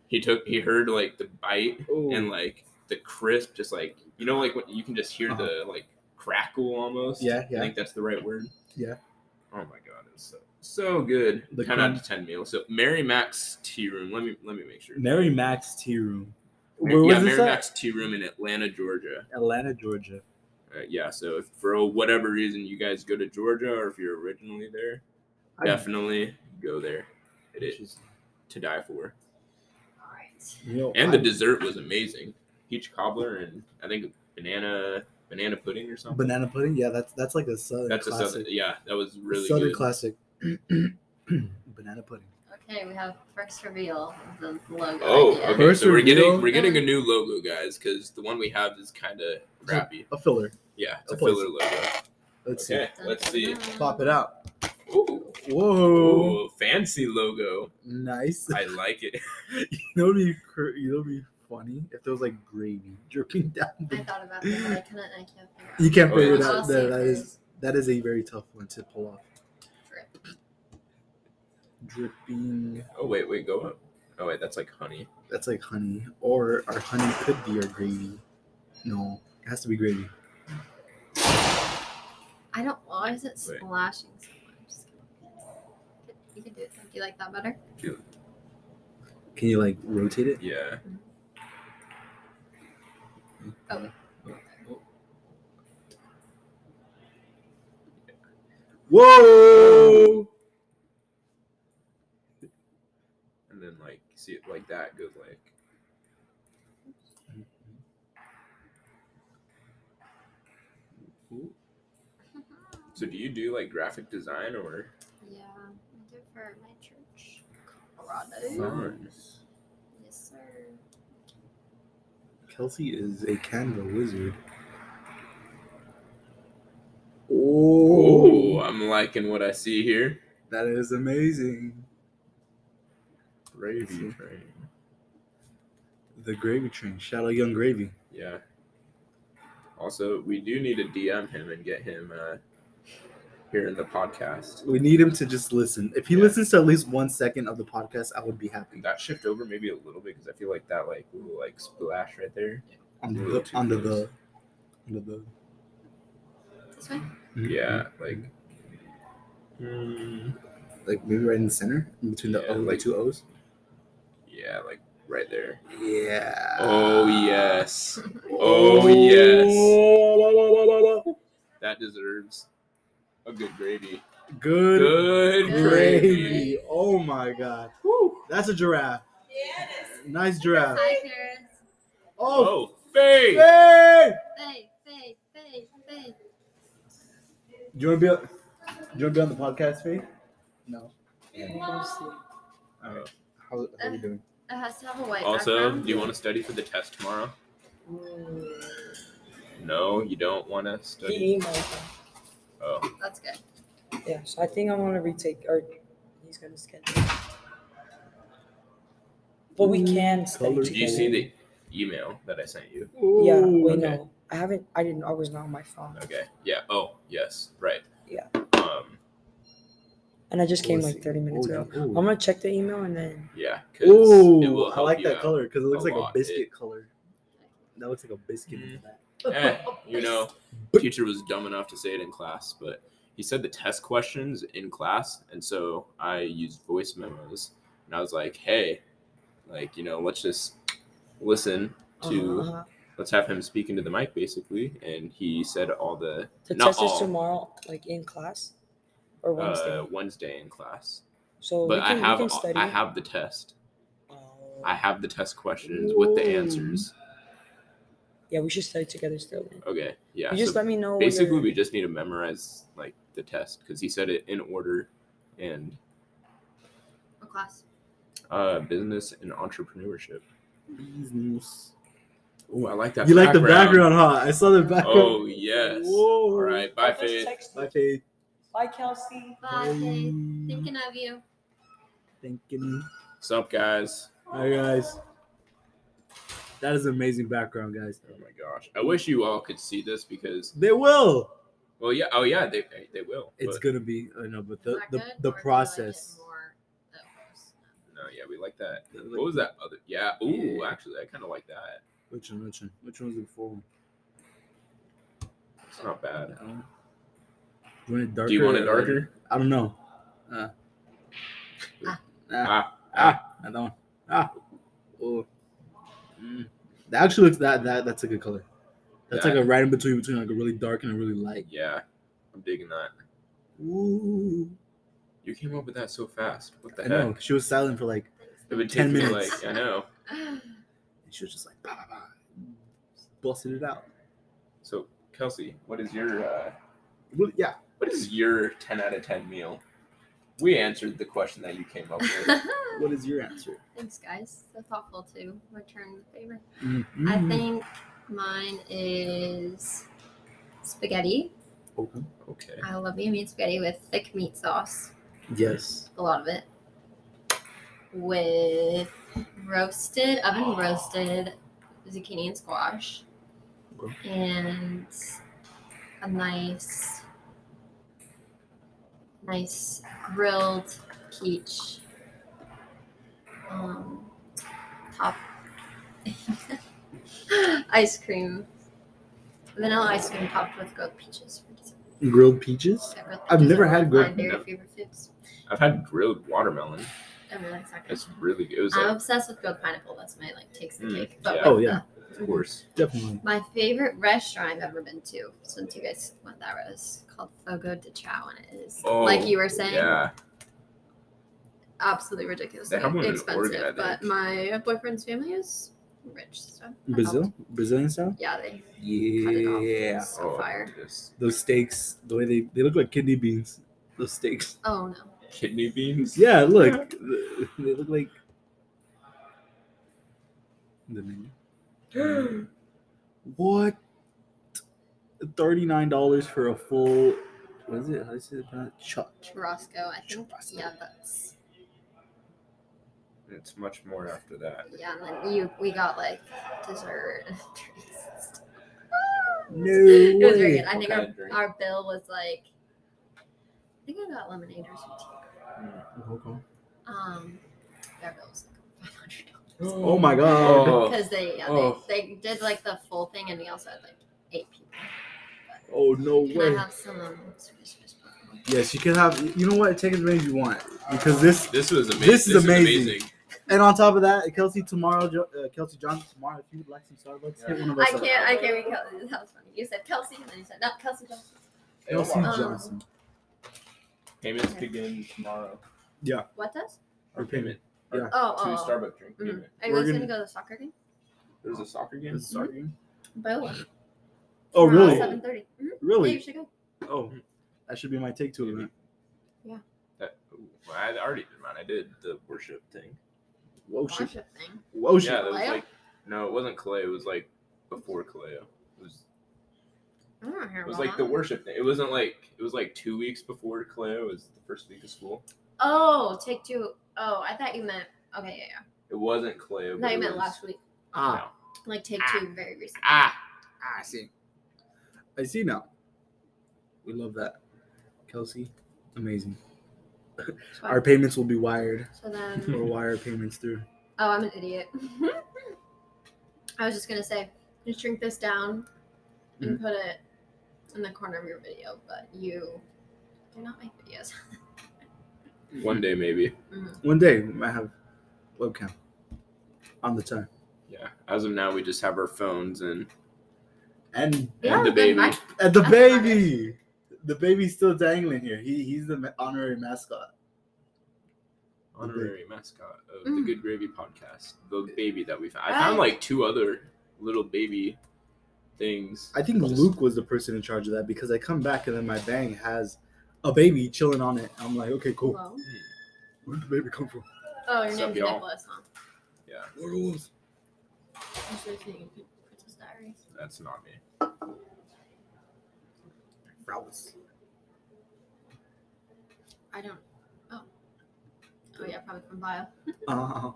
Speaker 1: he took he heard like the bite and like the crisp, just like you know, like when you can just hear the like crackle almost.
Speaker 2: Uh-huh. Yeah, yeah.
Speaker 1: I think that's the right word.
Speaker 2: Yeah.
Speaker 1: Oh my god, it's so so good.
Speaker 2: The
Speaker 1: ten out
Speaker 2: crunch.
Speaker 1: of ten meal. So Mary Max Tea Room. Let me let me make sure.
Speaker 2: Mary Max Tea Room.
Speaker 1: Mar-
Speaker 2: Where was
Speaker 1: yeah,
Speaker 2: this
Speaker 1: Mary
Speaker 2: at?
Speaker 1: Max Tea Room in Atlanta, Georgia.
Speaker 2: Atlanta, Georgia.
Speaker 1: Uh, yeah, so if for whatever reason you guys go to Georgia or if you're originally there,
Speaker 2: I-
Speaker 1: definitely go there. It
Speaker 2: Which
Speaker 1: is
Speaker 2: is-
Speaker 1: to die for.
Speaker 3: All right.
Speaker 2: you know,
Speaker 1: And the
Speaker 2: I-
Speaker 1: dessert was amazing. Peach cobbler and I think banana banana pudding or something.
Speaker 2: banana pudding. Yeah, that's that's like a southern.
Speaker 1: That's a
Speaker 2: classic.
Speaker 1: southern. Yeah, that was really
Speaker 2: southern
Speaker 1: good.
Speaker 2: classic. banana pudding.
Speaker 3: Okay, we have first reveal of the logo.
Speaker 1: Oh,
Speaker 3: idea.
Speaker 1: okay.
Speaker 2: First
Speaker 1: so we're
Speaker 2: reveal.
Speaker 1: getting we're getting a new logo, guys, because the one we have is kind of crappy.
Speaker 2: A filler.
Speaker 1: Yeah, it's a
Speaker 2: Okay.
Speaker 1: filler logo.
Speaker 2: Let's
Speaker 1: Okay, let's see.
Speaker 3: Dun, dun,
Speaker 2: see.
Speaker 3: dun.
Speaker 2: Pop it out.
Speaker 1: Ooh,
Speaker 2: Whoa,
Speaker 1: ooh, fancy logo.
Speaker 2: nice.
Speaker 1: I like it.
Speaker 2: you know, what'd be cr- you know, what'd be funny if there was like gravy dripping down.
Speaker 3: I
Speaker 2: The-
Speaker 3: thought about that, but I couldn't. I can't figure out.
Speaker 2: you can't
Speaker 1: Oh, yeah.
Speaker 2: figure it
Speaker 3: I'll
Speaker 2: out.
Speaker 3: see
Speaker 2: That,
Speaker 3: if
Speaker 2: that
Speaker 3: it
Speaker 2: is that is a very tough one to pull off.
Speaker 3: Drip.
Speaker 2: Dripping.
Speaker 1: Oh wait, wait, go up. Oh wait, that's like honey.
Speaker 2: That's like honey, or our honey could be our gravy. No, it has to be gravy.
Speaker 3: I don't. Why is it
Speaker 1: Wait.
Speaker 3: splashing so much? Just kidding. You can do it. Do you like that better?
Speaker 2: Can you like rotate it?
Speaker 1: Yeah.
Speaker 2: Whoa!
Speaker 1: And then like see it like that goes like. So do you do like graphic design or?
Speaker 3: yeah, I do it for my church, Colorado.
Speaker 1: Nice.
Speaker 3: Yes, sir.
Speaker 2: Kelsey is a Canva wizard. Oh,
Speaker 1: Oh, I'm liking what I see here.
Speaker 2: that is amazing.
Speaker 1: Gravy train.
Speaker 2: The gravy train. Shout out Young Gravy.
Speaker 1: Yeah. Also, we do need to DM him and get him uh, here in the podcast.
Speaker 2: We need him to just listen. If he
Speaker 1: Yeah.
Speaker 2: listens to at least one second of the podcast, I would be happy.
Speaker 1: That shift over maybe a little bit because I feel like that like little like splash right there.
Speaker 2: Under
Speaker 1: Yeah,
Speaker 2: the
Speaker 1: too
Speaker 2: under
Speaker 1: close.
Speaker 2: the under the
Speaker 3: This way.
Speaker 1: Yeah, like Mm.
Speaker 2: Mhm. like maybe right in the center in between the
Speaker 1: Yeah,
Speaker 2: O like
Speaker 1: like-
Speaker 2: two O's.
Speaker 1: yeah, like right there.
Speaker 2: Yeah.
Speaker 1: Oh yes, oh yes. That deserves a good gravy.
Speaker 2: Good,
Speaker 1: Good
Speaker 2: gravy.
Speaker 1: gravy.
Speaker 2: Oh my god. That's a giraffe.
Speaker 3: Yeah, it is.
Speaker 2: Nice giraffe.
Speaker 3: Hi, Karen.
Speaker 2: Oh,
Speaker 1: Oh, faith.
Speaker 2: hey!
Speaker 3: Faye, Faye, Faye, Faye.
Speaker 2: Do you want to be? on- Do you want to be on the podcast, Faith? No. All right. How, how are you doing?
Speaker 3: It has to have a white
Speaker 1: Also,
Speaker 3: background.
Speaker 1: do you want to study for the test tomorrow? No, you don't want to study.
Speaker 8: PE mode.
Speaker 1: Oh,
Speaker 3: That's good.
Speaker 8: Yeah, so I think I want to retake, or he's going to schedule. But we
Speaker 1: Mm,
Speaker 8: can stay
Speaker 2: Colors.
Speaker 1: did you see
Speaker 8: together.
Speaker 1: the email that I sent you?
Speaker 8: Yeah, we
Speaker 1: Okay.
Speaker 8: know. I haven't, I didn't, I was not on my phone.
Speaker 1: Okay. Yeah. Oh, yes. Right.
Speaker 8: Yeah.
Speaker 1: Um.
Speaker 8: And I just came
Speaker 2: Let's
Speaker 8: like
Speaker 2: see.
Speaker 8: 30 minutes
Speaker 2: Ooh,
Speaker 8: ago.
Speaker 2: ooh.
Speaker 8: I'm going to check the email and then,
Speaker 1: Yeah. 'cause it
Speaker 2: Ooh,
Speaker 1: will
Speaker 2: I
Speaker 1: help
Speaker 2: like
Speaker 1: you
Speaker 2: that
Speaker 1: out.
Speaker 2: color because it looks
Speaker 1: a
Speaker 2: like a
Speaker 1: lot.
Speaker 2: biscuit
Speaker 1: It-
Speaker 2: color. That looks like a biscuit in the back.
Speaker 1: Eh,
Speaker 3: Oh,
Speaker 1: you know, teacher was dumb enough to say it in class, but he said the test questions in class, and so I used voice memos, and I was like, hey, like you know, let's just listen to.
Speaker 8: uh,
Speaker 1: Let's have him speak into the mic, basically, and he said all the
Speaker 8: the
Speaker 1: not
Speaker 8: test is
Speaker 1: all,
Speaker 8: tomorrow, like in class or Wednesday.
Speaker 1: uh, Wednesday in class.
Speaker 8: so
Speaker 1: but
Speaker 8: we can,
Speaker 1: I have
Speaker 8: we can study.
Speaker 1: I have the test.
Speaker 8: Oh.
Speaker 1: I have the test questions with the
Speaker 2: Ooh.
Speaker 1: answers.
Speaker 8: yeah, we should study together still. Then.
Speaker 1: Okay, yeah.
Speaker 8: you just
Speaker 1: so
Speaker 8: let me know. what
Speaker 1: basically,
Speaker 8: your-
Speaker 1: we just need to memorize like the test because he said it in order, and
Speaker 3: A class.
Speaker 1: uh, business and entrepreneurship.
Speaker 2: Business.
Speaker 1: Oh, I like that.
Speaker 2: You like the background, huh? I saw the background.
Speaker 1: Oh yes.
Speaker 2: Whoa.
Speaker 1: All right. Bye,
Speaker 8: I just
Speaker 1: Faith.
Speaker 8: texted.
Speaker 2: Bye, Faith.
Speaker 8: Bye, Kelsey.
Speaker 3: Bye, Faye. Thinking of you.
Speaker 2: Thinking.
Speaker 1: What's up, guys?
Speaker 2: Hi, guys. That is amazing background, guys.
Speaker 1: Oh my gosh. I wish you all could see this because
Speaker 2: They will.
Speaker 1: Well, yeah. Oh, yeah. They they will.
Speaker 2: It's
Speaker 1: but-
Speaker 2: gonna be, I know, but the
Speaker 3: Not
Speaker 2: the,
Speaker 3: good,
Speaker 2: the
Speaker 3: or do you like it
Speaker 2: process.
Speaker 3: more that works?
Speaker 1: No, yeah, we like that. What was that other? Yeah. Ooh, actually, I kind of like that.
Speaker 2: Which one? Which one? Which one's the before one?
Speaker 1: It's not bad.
Speaker 2: That one? Do you want it darker?
Speaker 1: Do you want it
Speaker 2: or-
Speaker 1: darker?
Speaker 2: I don't know. Uh, ah,
Speaker 1: Ah.
Speaker 2: ah, that one. Ah, oh. Mm. That actually looks that that that's a good color. That's
Speaker 1: Yeah.
Speaker 2: like a right in between between like a really dark and a really light.
Speaker 1: Yeah, I'm digging that.
Speaker 2: Ooh,
Speaker 1: You came up with that so fast. What the
Speaker 2: I
Speaker 1: heck?
Speaker 2: know. She was silent for like.
Speaker 1: It would take
Speaker 2: 10
Speaker 1: me
Speaker 2: minutes.
Speaker 1: like I know.
Speaker 2: And she was just like, bah, bah, bah, busted it out.
Speaker 1: So Kelsey, what is your uh,
Speaker 2: Well, yeah,
Speaker 1: what is your ten out of ten meal? We answered the question that you came up with.
Speaker 3: Ah.
Speaker 2: what is your answer?
Speaker 3: Thanks, guys. That's thoughtful too. Return the favor.
Speaker 2: Mhm.
Speaker 3: I think mine is spaghetti.
Speaker 2: Okay.
Speaker 1: okay.
Speaker 3: I love yummy spaghetti with thick meat sauce,
Speaker 2: Yes.
Speaker 3: a lot of it, with roasted, oven roasted zucchini and squash, and a nice, nice grilled peach um, top ice cream, vanilla ice cream topped with grilled peaches for dessert.
Speaker 2: Grilled peaches.
Speaker 3: I really-
Speaker 2: I've
Speaker 3: these
Speaker 2: never
Speaker 3: are
Speaker 2: had
Speaker 3: my
Speaker 2: grilled-
Speaker 3: Very
Speaker 1: No.
Speaker 3: favorite foods.
Speaker 1: I've had grilled watermelon.
Speaker 3: I'm really excited.
Speaker 1: It's really good. It was
Speaker 3: I'm
Speaker 1: like,
Speaker 3: obsessed with grilled pineapple. That's my like takes the
Speaker 1: Mm,
Speaker 3: cake. But
Speaker 1: yeah.
Speaker 2: Oh yeah,
Speaker 1: of course.
Speaker 2: definitely.
Speaker 3: my favorite restaurant I've ever been to, since you guys went that route, is called Fogo de Chao, and it is
Speaker 1: Oh,
Speaker 3: like you were saying,
Speaker 1: Yeah.
Speaker 3: absolutely ridiculously
Speaker 1: They have one in
Speaker 3: expensive.
Speaker 1: Oregon, I
Speaker 3: but
Speaker 1: think.
Speaker 3: my boyfriend's family is rich, so I
Speaker 2: Brazil,
Speaker 3: helped.
Speaker 2: Brazilian style.
Speaker 3: Yeah, they cut it off. It
Speaker 2: Yeah.
Speaker 3: was so
Speaker 1: oh,
Speaker 3: fire.
Speaker 1: this
Speaker 2: Those steaks, the way they they look like kidney beans. Those steaks.
Speaker 3: Oh no.
Speaker 1: kidney beans.
Speaker 2: Yeah, look, th- they look like the menu.
Speaker 1: Mm.
Speaker 2: What? Thirty nine dollars for a full. What is it? How do you say it? pronounced? Chuck.
Speaker 3: Churrasco, I think.
Speaker 2: Churrasco.
Speaker 3: Yeah, that's
Speaker 1: It's much more after that.
Speaker 3: yeah. And then you, we got like dessert and drinks. and stuff.
Speaker 2: No
Speaker 3: It was very
Speaker 2: way.
Speaker 3: good. I
Speaker 1: What
Speaker 3: think
Speaker 1: kind
Speaker 3: our,
Speaker 1: of drink?
Speaker 3: our bill was like, I think I got lemonade or something. Um, their bill was like five hundred dollars
Speaker 2: Oh my god.
Speaker 1: Oh.
Speaker 3: because they, yeah,
Speaker 1: Oh.
Speaker 3: they they did like the full thing, and we also had like eight people.
Speaker 2: Oh no
Speaker 3: Can
Speaker 2: way.
Speaker 3: I have some? Um, Swedish fish popcorn?
Speaker 2: Yes, you can have. You know what? Take as many as you want because this
Speaker 1: Oh, This was amazing.
Speaker 2: This is amazing. And on top of that, Kelsey tomorrow, Jo- uh, Kelsey Johnson tomorrow. If you would like some Starbucks, hit one of us.
Speaker 3: I
Speaker 2: up.
Speaker 3: can't. I can't. Recall. That was funny. You said Kelsey, and then you said no, Kelsey Johnson.
Speaker 2: Kelsey
Speaker 3: Um,
Speaker 2: Johnson.
Speaker 1: Payments begin tomorrow.
Speaker 3: What does?
Speaker 1: Or payment.
Speaker 2: Yeah.
Speaker 3: Oh,
Speaker 1: Two
Speaker 3: oh.
Speaker 1: Starbucks drink
Speaker 3: Mhm.
Speaker 1: payment.
Speaker 3: Are you
Speaker 2: We're
Speaker 3: guys gonna,
Speaker 2: gonna-
Speaker 3: go to the soccer game?
Speaker 1: There's a soccer game.
Speaker 2: Is it Starbucks?
Speaker 3: Boa.
Speaker 2: Oh really?
Speaker 3: Seven thirty. Mm-hmm. Yeah, you
Speaker 2: Really?
Speaker 3: should go.
Speaker 2: Oh,
Speaker 1: Mm.
Speaker 2: that should be my take to it. man.
Speaker 1: That, ooh, I already did mine. I did the worship thing. Oh,
Speaker 2: Whoa shit!
Speaker 3: Worship thing.
Speaker 2: Whoa shit!
Speaker 1: Yeah, that was
Speaker 3: Kaleo?
Speaker 1: like no, it wasn't Kaleo. It was like before Kaleo. It was
Speaker 3: I don't hear
Speaker 1: it was
Speaker 3: about
Speaker 1: like the
Speaker 3: that.
Speaker 1: worship thing. It wasn't like it was like two weeks before Kaleo was the first week of school.
Speaker 3: Oh, take two. Oh, I thought you meant. Okay, yeah, yeah.
Speaker 1: It wasn't Kaleo.
Speaker 3: I
Speaker 1: but
Speaker 3: thought
Speaker 1: it
Speaker 3: you meant
Speaker 1: was-
Speaker 3: last week.
Speaker 2: Ah,
Speaker 3: Like take two very recently.
Speaker 1: Ah,
Speaker 2: I see. I see now. We love that, Kelsey. Amazing.
Speaker 3: So I-
Speaker 2: Our payments will be wired.
Speaker 3: So then,
Speaker 2: We'll wire payments through.
Speaker 3: oh, I'm an idiot. I was just gonna say, you shrink this down and
Speaker 2: Mm.
Speaker 3: put it in the corner of your video, but you do not make videos.
Speaker 1: one day maybe.
Speaker 2: One day we might have webcam on the time.
Speaker 1: Yeah. As of now, we just have our phones and
Speaker 2: And
Speaker 1: and the
Speaker 3: then
Speaker 1: baby.
Speaker 3: my-
Speaker 2: And the
Speaker 3: That's not
Speaker 2: baby, the baby's still dangling here. He he's the ma- honorary mascot. Mm-hmm.
Speaker 1: honorary mascot of the
Speaker 3: Mm.
Speaker 1: Good Gravy podcast, the baby that we found. I
Speaker 3: Right.
Speaker 1: found like two other little baby things.
Speaker 2: I think
Speaker 1: Just-
Speaker 2: Luke was the person in charge of that because I come back and then my bang has a baby chilling on it. I'm like, okay, cool.
Speaker 3: Hello?
Speaker 2: Where did the baby come from?
Speaker 3: Oh, your
Speaker 1: Sup,
Speaker 3: name's
Speaker 1: y'all?
Speaker 3: Nicholas, huh?
Speaker 2: Where it was?
Speaker 3: I'm sure it's in Princess Diaries.
Speaker 1: That's not me.
Speaker 2: Rouse.
Speaker 3: I don't. Oh. Oh yeah, probably from bio.
Speaker 2: Uh, Uh-huh.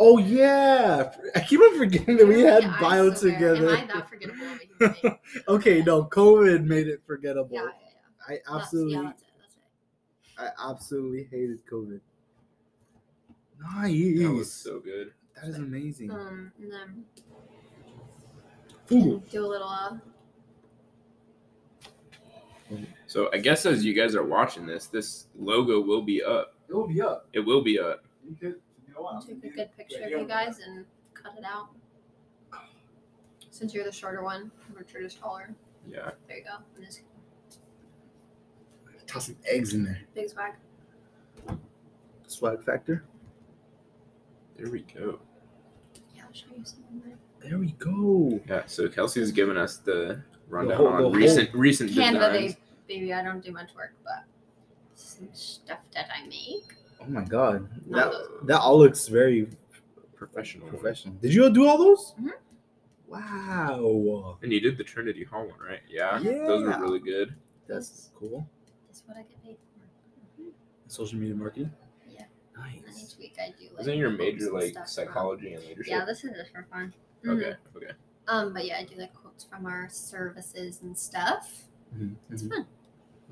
Speaker 2: Oh yeah, I keep on forgetting that we had
Speaker 3: Yeah, I
Speaker 2: bio
Speaker 3: swear.
Speaker 2: together.
Speaker 3: Am I that forgettable of a human being?
Speaker 2: okay, no, COVID made it forgettable.
Speaker 3: Yeah, yeah, yeah.
Speaker 2: I
Speaker 3: That's-
Speaker 2: absolutely,
Speaker 3: Yeah, that's it. That's it.
Speaker 2: I absolutely hated COVID.
Speaker 1: That was
Speaker 2: Nice,
Speaker 1: so good.
Speaker 2: that is amazing.
Speaker 3: Um, and then
Speaker 2: Ooh.
Speaker 3: do a little. Uh,
Speaker 1: So I guess as you guys are watching this, this logo will be up.
Speaker 2: It will be up.
Speaker 1: It will be up.
Speaker 2: You could, you know what?
Speaker 3: take a good picture of you guys and cut it out. Since you're the shorter one, Richard is taller.
Speaker 1: Yeah.
Speaker 3: There you go. And this
Speaker 2: Toss some eggs in there.
Speaker 3: big swag.
Speaker 2: Swag factor.
Speaker 1: There we go.
Speaker 3: Yeah, I'll show you something there.
Speaker 2: There we go.
Speaker 1: Yeah. So Kelsey's giving us the rundown
Speaker 2: whole- the
Speaker 1: on
Speaker 2: whole-
Speaker 1: recent recent designs.
Speaker 3: Canva, baby, baby. I don't do much work, but some stuff that I make.
Speaker 2: Oh my god,
Speaker 3: Not
Speaker 2: that that all looks very
Speaker 1: Professional.
Speaker 2: professional. Did you do all those?
Speaker 3: Mhm.
Speaker 2: Wow,
Speaker 1: And you did the Trinity Hall one, right? Yeah.
Speaker 2: Yeah.
Speaker 1: Those were really good.
Speaker 2: that's cool.
Speaker 3: That's what I get paid for. Mhm.
Speaker 2: Social media marketing.
Speaker 3: Yeah. And then
Speaker 2: Nice.
Speaker 3: each week I do. Like,
Speaker 1: Isn't your
Speaker 3: quotes
Speaker 1: major
Speaker 3: and
Speaker 1: like
Speaker 3: stuff from-
Speaker 1: psychology and leadership?
Speaker 3: Yeah, this is just for fun. Mhm.
Speaker 1: Okay. Okay.
Speaker 3: Um, but yeah, I do like quotes from our services and stuff.
Speaker 2: Mhm,
Speaker 1: Mm-hmm.
Speaker 3: It's
Speaker 2: mhm.
Speaker 3: fun.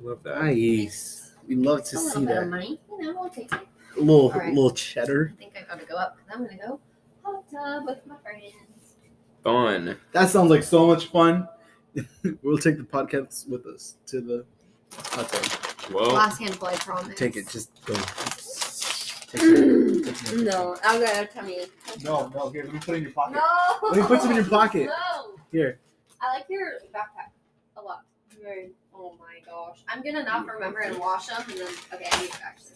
Speaker 1: Love that.
Speaker 2: Nice. We love
Speaker 3: It's
Speaker 2: to
Speaker 3: a little
Speaker 2: see
Speaker 3: bit of
Speaker 2: that.
Speaker 3: money, you know. I'll take it.
Speaker 2: A little,
Speaker 3: Alright.
Speaker 2: little cheddar.
Speaker 3: I think I gotta go up because I'm gonna go hot tub with my friends.
Speaker 1: Fun.
Speaker 2: That sounds like so much fun. we'll take the podcast with us to the hot tub.
Speaker 1: Well,
Speaker 3: Last handful, I promise.
Speaker 2: Oh. Take it. Just go. Take it. Take it.
Speaker 3: Mm. No, I'm gonna tell me.
Speaker 4: No, no, here, let me put it in your pocket.
Speaker 3: No.
Speaker 2: Let me put some in your pocket.
Speaker 3: No.
Speaker 2: Here.
Speaker 3: I like your backpack a lot. Very. Oh my gosh. I'm gonna not
Speaker 2: Mm.
Speaker 3: remember and wash them, and then okay, I need to actually.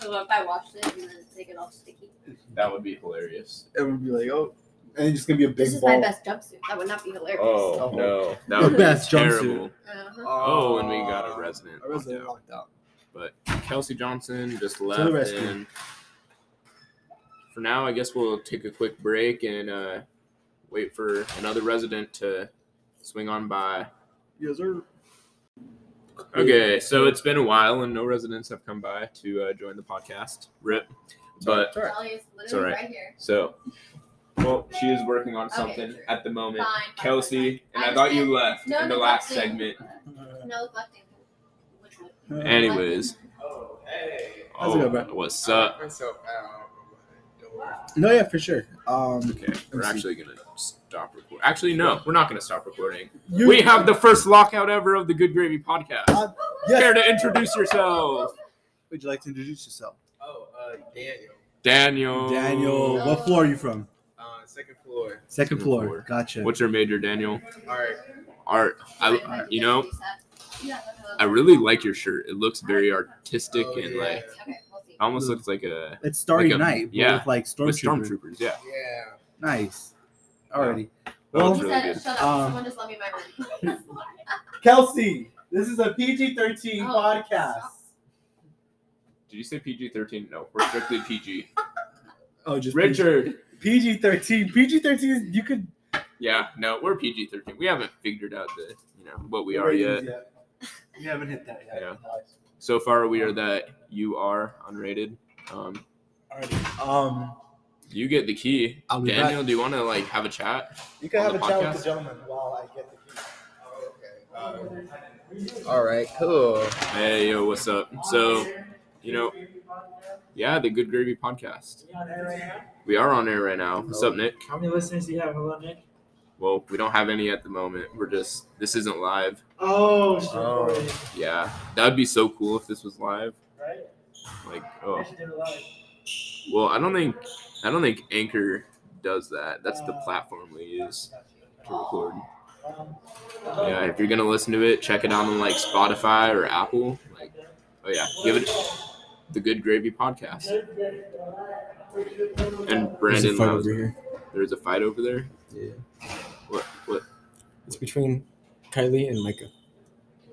Speaker 3: So what if I wash it and then they get all sticky?
Speaker 1: that would be hilarious.
Speaker 2: Everyone be like, oh, and it's just gonna be a big
Speaker 3: this is my
Speaker 2: ball.
Speaker 3: best jumpsuit. That would not be hilarious.
Speaker 1: Oh
Speaker 2: Oh.
Speaker 1: no, that
Speaker 2: The
Speaker 1: would be
Speaker 2: best jumpsuit.
Speaker 1: terrible.
Speaker 3: Uh-huh.
Speaker 1: Oh, and we got
Speaker 3: Uh,
Speaker 1: a resident.
Speaker 2: I was
Speaker 1: locked out.
Speaker 2: locked out.
Speaker 1: Kelsey Johnson just
Speaker 2: the
Speaker 1: left.
Speaker 2: rescue.
Speaker 1: And for now, I guess we'll take a quick break and uh, wait for another resident to swing on by.
Speaker 2: Yes, sir.
Speaker 1: Okay, so it's been a while and no residents have come by to uh, join the podcast. Rip, but
Speaker 2: Sorry.
Speaker 3: Ellie is
Speaker 1: It's all
Speaker 3: literally
Speaker 1: right.
Speaker 3: right here.
Speaker 1: so. Well, she is working on
Speaker 3: Okay,
Speaker 1: something
Speaker 3: sure.
Speaker 1: at the
Speaker 3: Fine.
Speaker 1: moment.
Speaker 3: fine,
Speaker 1: Kelsey, and
Speaker 3: fine.
Speaker 1: I thought you
Speaker 3: understand.
Speaker 1: left
Speaker 3: No,
Speaker 1: in the
Speaker 3: no,
Speaker 1: last
Speaker 3: nothing.
Speaker 1: segment.
Speaker 3: No neglecting. Which one?
Speaker 1: Anyways,
Speaker 4: Oh, hey.
Speaker 2: How's it
Speaker 1: oh,
Speaker 2: going, bro?
Speaker 1: what's up?
Speaker 4: Myself out. Don't worry.
Speaker 2: No, yeah, for sure. Um,
Speaker 1: Okay, we're
Speaker 2: see.
Speaker 1: actually gonna stop recording. Actually, no, we're not gonna stop recording.
Speaker 2: you-
Speaker 1: we have the first lockout ever of the Good Gravy podcast.
Speaker 2: Uh, yes.
Speaker 1: Care to introduce yourself,
Speaker 2: Would you like to introduce yourself?
Speaker 4: Oh, uh, Daniel.
Speaker 1: Daniel?
Speaker 2: Daniel,
Speaker 3: Oh.
Speaker 2: what floor are you from?
Speaker 4: Uh, second floor.
Speaker 2: Second
Speaker 1: floor.
Speaker 2: floor. Gotcha.
Speaker 1: what's your major, Daniel?
Speaker 4: Art.
Speaker 1: Art.
Speaker 3: Fine,
Speaker 1: I,
Speaker 3: fine,
Speaker 1: you
Speaker 3: guys
Speaker 1: know,
Speaker 3: can use that. Yeah, that's a-
Speaker 1: I really like your shirt. It looks very artistic
Speaker 4: Oh,
Speaker 1: and
Speaker 4: yeah.
Speaker 1: like
Speaker 3: Okay, we'll see.
Speaker 1: almost looks like a
Speaker 2: It's Starry
Speaker 1: Like a-
Speaker 2: Night, but
Speaker 1: yeah,
Speaker 2: with like
Speaker 1: with
Speaker 2: Stormtrooper.
Speaker 1: stormtroopers. Yeah,
Speaker 4: Yeah.
Speaker 2: Nice. Alrighty.
Speaker 1: that
Speaker 2: Well-
Speaker 1: was
Speaker 3: He
Speaker 1: really
Speaker 3: said,
Speaker 1: good.
Speaker 3: Shut up.
Speaker 2: Um,
Speaker 3: Someone just let me my room.
Speaker 2: Kelsey, this is a PG 13
Speaker 3: Oh, podcast. stop.
Speaker 1: Did you say PG thirteen? No, we're strictly PG.
Speaker 2: Oh, just
Speaker 1: Richard.
Speaker 2: PG 13. PG 13 is, you could.
Speaker 1: Yeah, no, we're PG thirteen. We haven't figured out the you know what we are yet.
Speaker 4: We haven't hit that yet.
Speaker 1: Yeah. So far, we are that you are unrated. Um,
Speaker 2: Alrighty. Um,
Speaker 1: you get the key.
Speaker 2: I'll be
Speaker 1: Daniel, do you want to like have a chat?
Speaker 2: You can
Speaker 1: On
Speaker 2: have
Speaker 1: the
Speaker 2: a chat with
Speaker 1: podcast?
Speaker 2: the gentleman while I get the key.
Speaker 4: Uh,
Speaker 2: All right, cool.
Speaker 1: Hey, yo, what's up? So, you know, yeah, the Good Gravy podcast. We are on air right now. What's up, Nick?
Speaker 7: How many listeners do you have? Hello, Nick.
Speaker 1: Well, we don't have any at the moment. We're just this isn't live.
Speaker 7: Oh, shit.
Speaker 2: Oh.
Speaker 7: recording,
Speaker 1: Yeah, that'd be so cool if this was live.
Speaker 7: Right?
Speaker 1: Like, oh,
Speaker 7: I should do it live.
Speaker 1: well, I don't think I don't think Anchor does that. That's the platform we use to record.
Speaker 7: Um,
Speaker 1: Yeah, if you're gonna listen to it, check it out on like Spotify or Apple. Like, oh yeah, give it the Good Gravy podcast. And Brandon, Lowe's-
Speaker 2: here.
Speaker 1: there's a fight over there.
Speaker 4: Yeah.
Speaker 1: What? What?
Speaker 4: It's between Kylie and Micah.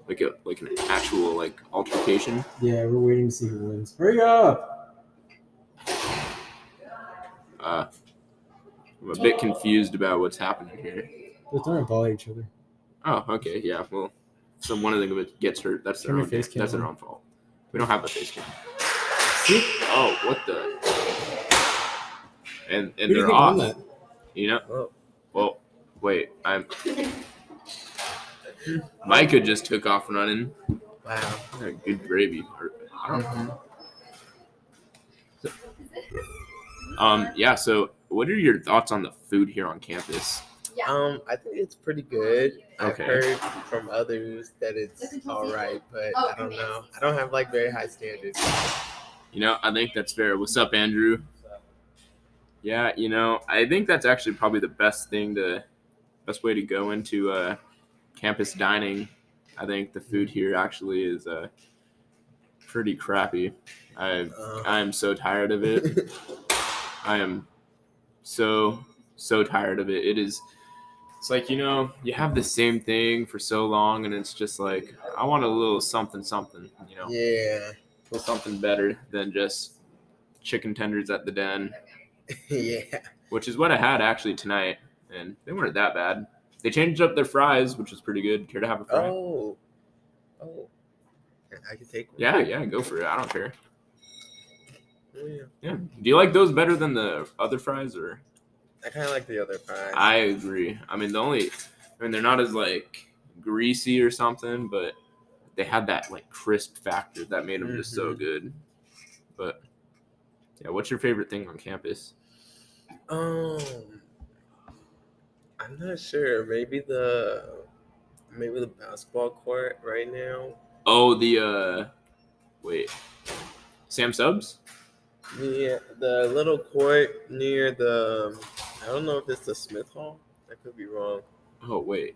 Speaker 1: Like a like an actual like altercation?
Speaker 4: Yeah, we're waiting to see who wins. Hurry up!
Speaker 1: Uh, I'm a bit confused about what's happening here.
Speaker 4: They're throwing a ball at each other.
Speaker 1: Oh, okay, yeah. Well, some one of them gets hurt. That's their
Speaker 4: Turn your
Speaker 1: own.
Speaker 4: face cam
Speaker 1: That's their
Speaker 4: on.
Speaker 1: own fault. We don't have a face cam. Oh, what the? and
Speaker 4: Who
Speaker 1: and
Speaker 4: do you
Speaker 1: they're
Speaker 4: think won that?
Speaker 1: off. You know.
Speaker 4: Oh.
Speaker 1: Well, wait. I'm. Micah just took off running.
Speaker 6: Wow.
Speaker 1: Good gravy. I don't
Speaker 4: Mm-hmm.
Speaker 1: Um, yeah, so what are your thoughts on the food here on campus?
Speaker 6: Um, I think it's pretty good. I've
Speaker 1: Okay.
Speaker 6: heard from others that it's all right, but
Speaker 4: Oh,
Speaker 6: I don't know. I don't have like very high standards.
Speaker 1: You know, I think that's fair. What's up, Andrew? Yeah, you know, I think that's actually probably the best thing to best way to go into uh campus dining. I think the food here actually is uh pretty crappy. I
Speaker 6: Um,
Speaker 1: I am so tired of it. I am so so tired of it. It is it's like, you know, you have the same thing for so long and it's just like I want a little something something, you know.
Speaker 6: yeah,
Speaker 1: A little something better than just chicken tenders at the den,
Speaker 6: yeah.
Speaker 1: which is what I had actually tonight and they weren't that bad. They changed up their fries, which was pretty good. Care to have a fry?
Speaker 6: Oh, oh, I- I can take one.
Speaker 1: Yeah, yeah, go for it. I don't care.
Speaker 6: Oh, yeah.
Speaker 1: Yeah. Do you like those better than the other fries or
Speaker 6: I kind of like the other fries.
Speaker 1: I agree. I mean, the only, I mean, they're not as like greasy or something, but they had that like crisp factor that made them just so good. But yeah, what's your favorite thing on campus?
Speaker 6: Um, I'm not sure. Maybe the maybe the basketball court right now.
Speaker 1: Oh, the uh, wait, Sam Subs.
Speaker 6: Yeah, the little court near the I don't know if it's the Smith Hall. I could be wrong.
Speaker 1: Oh wait.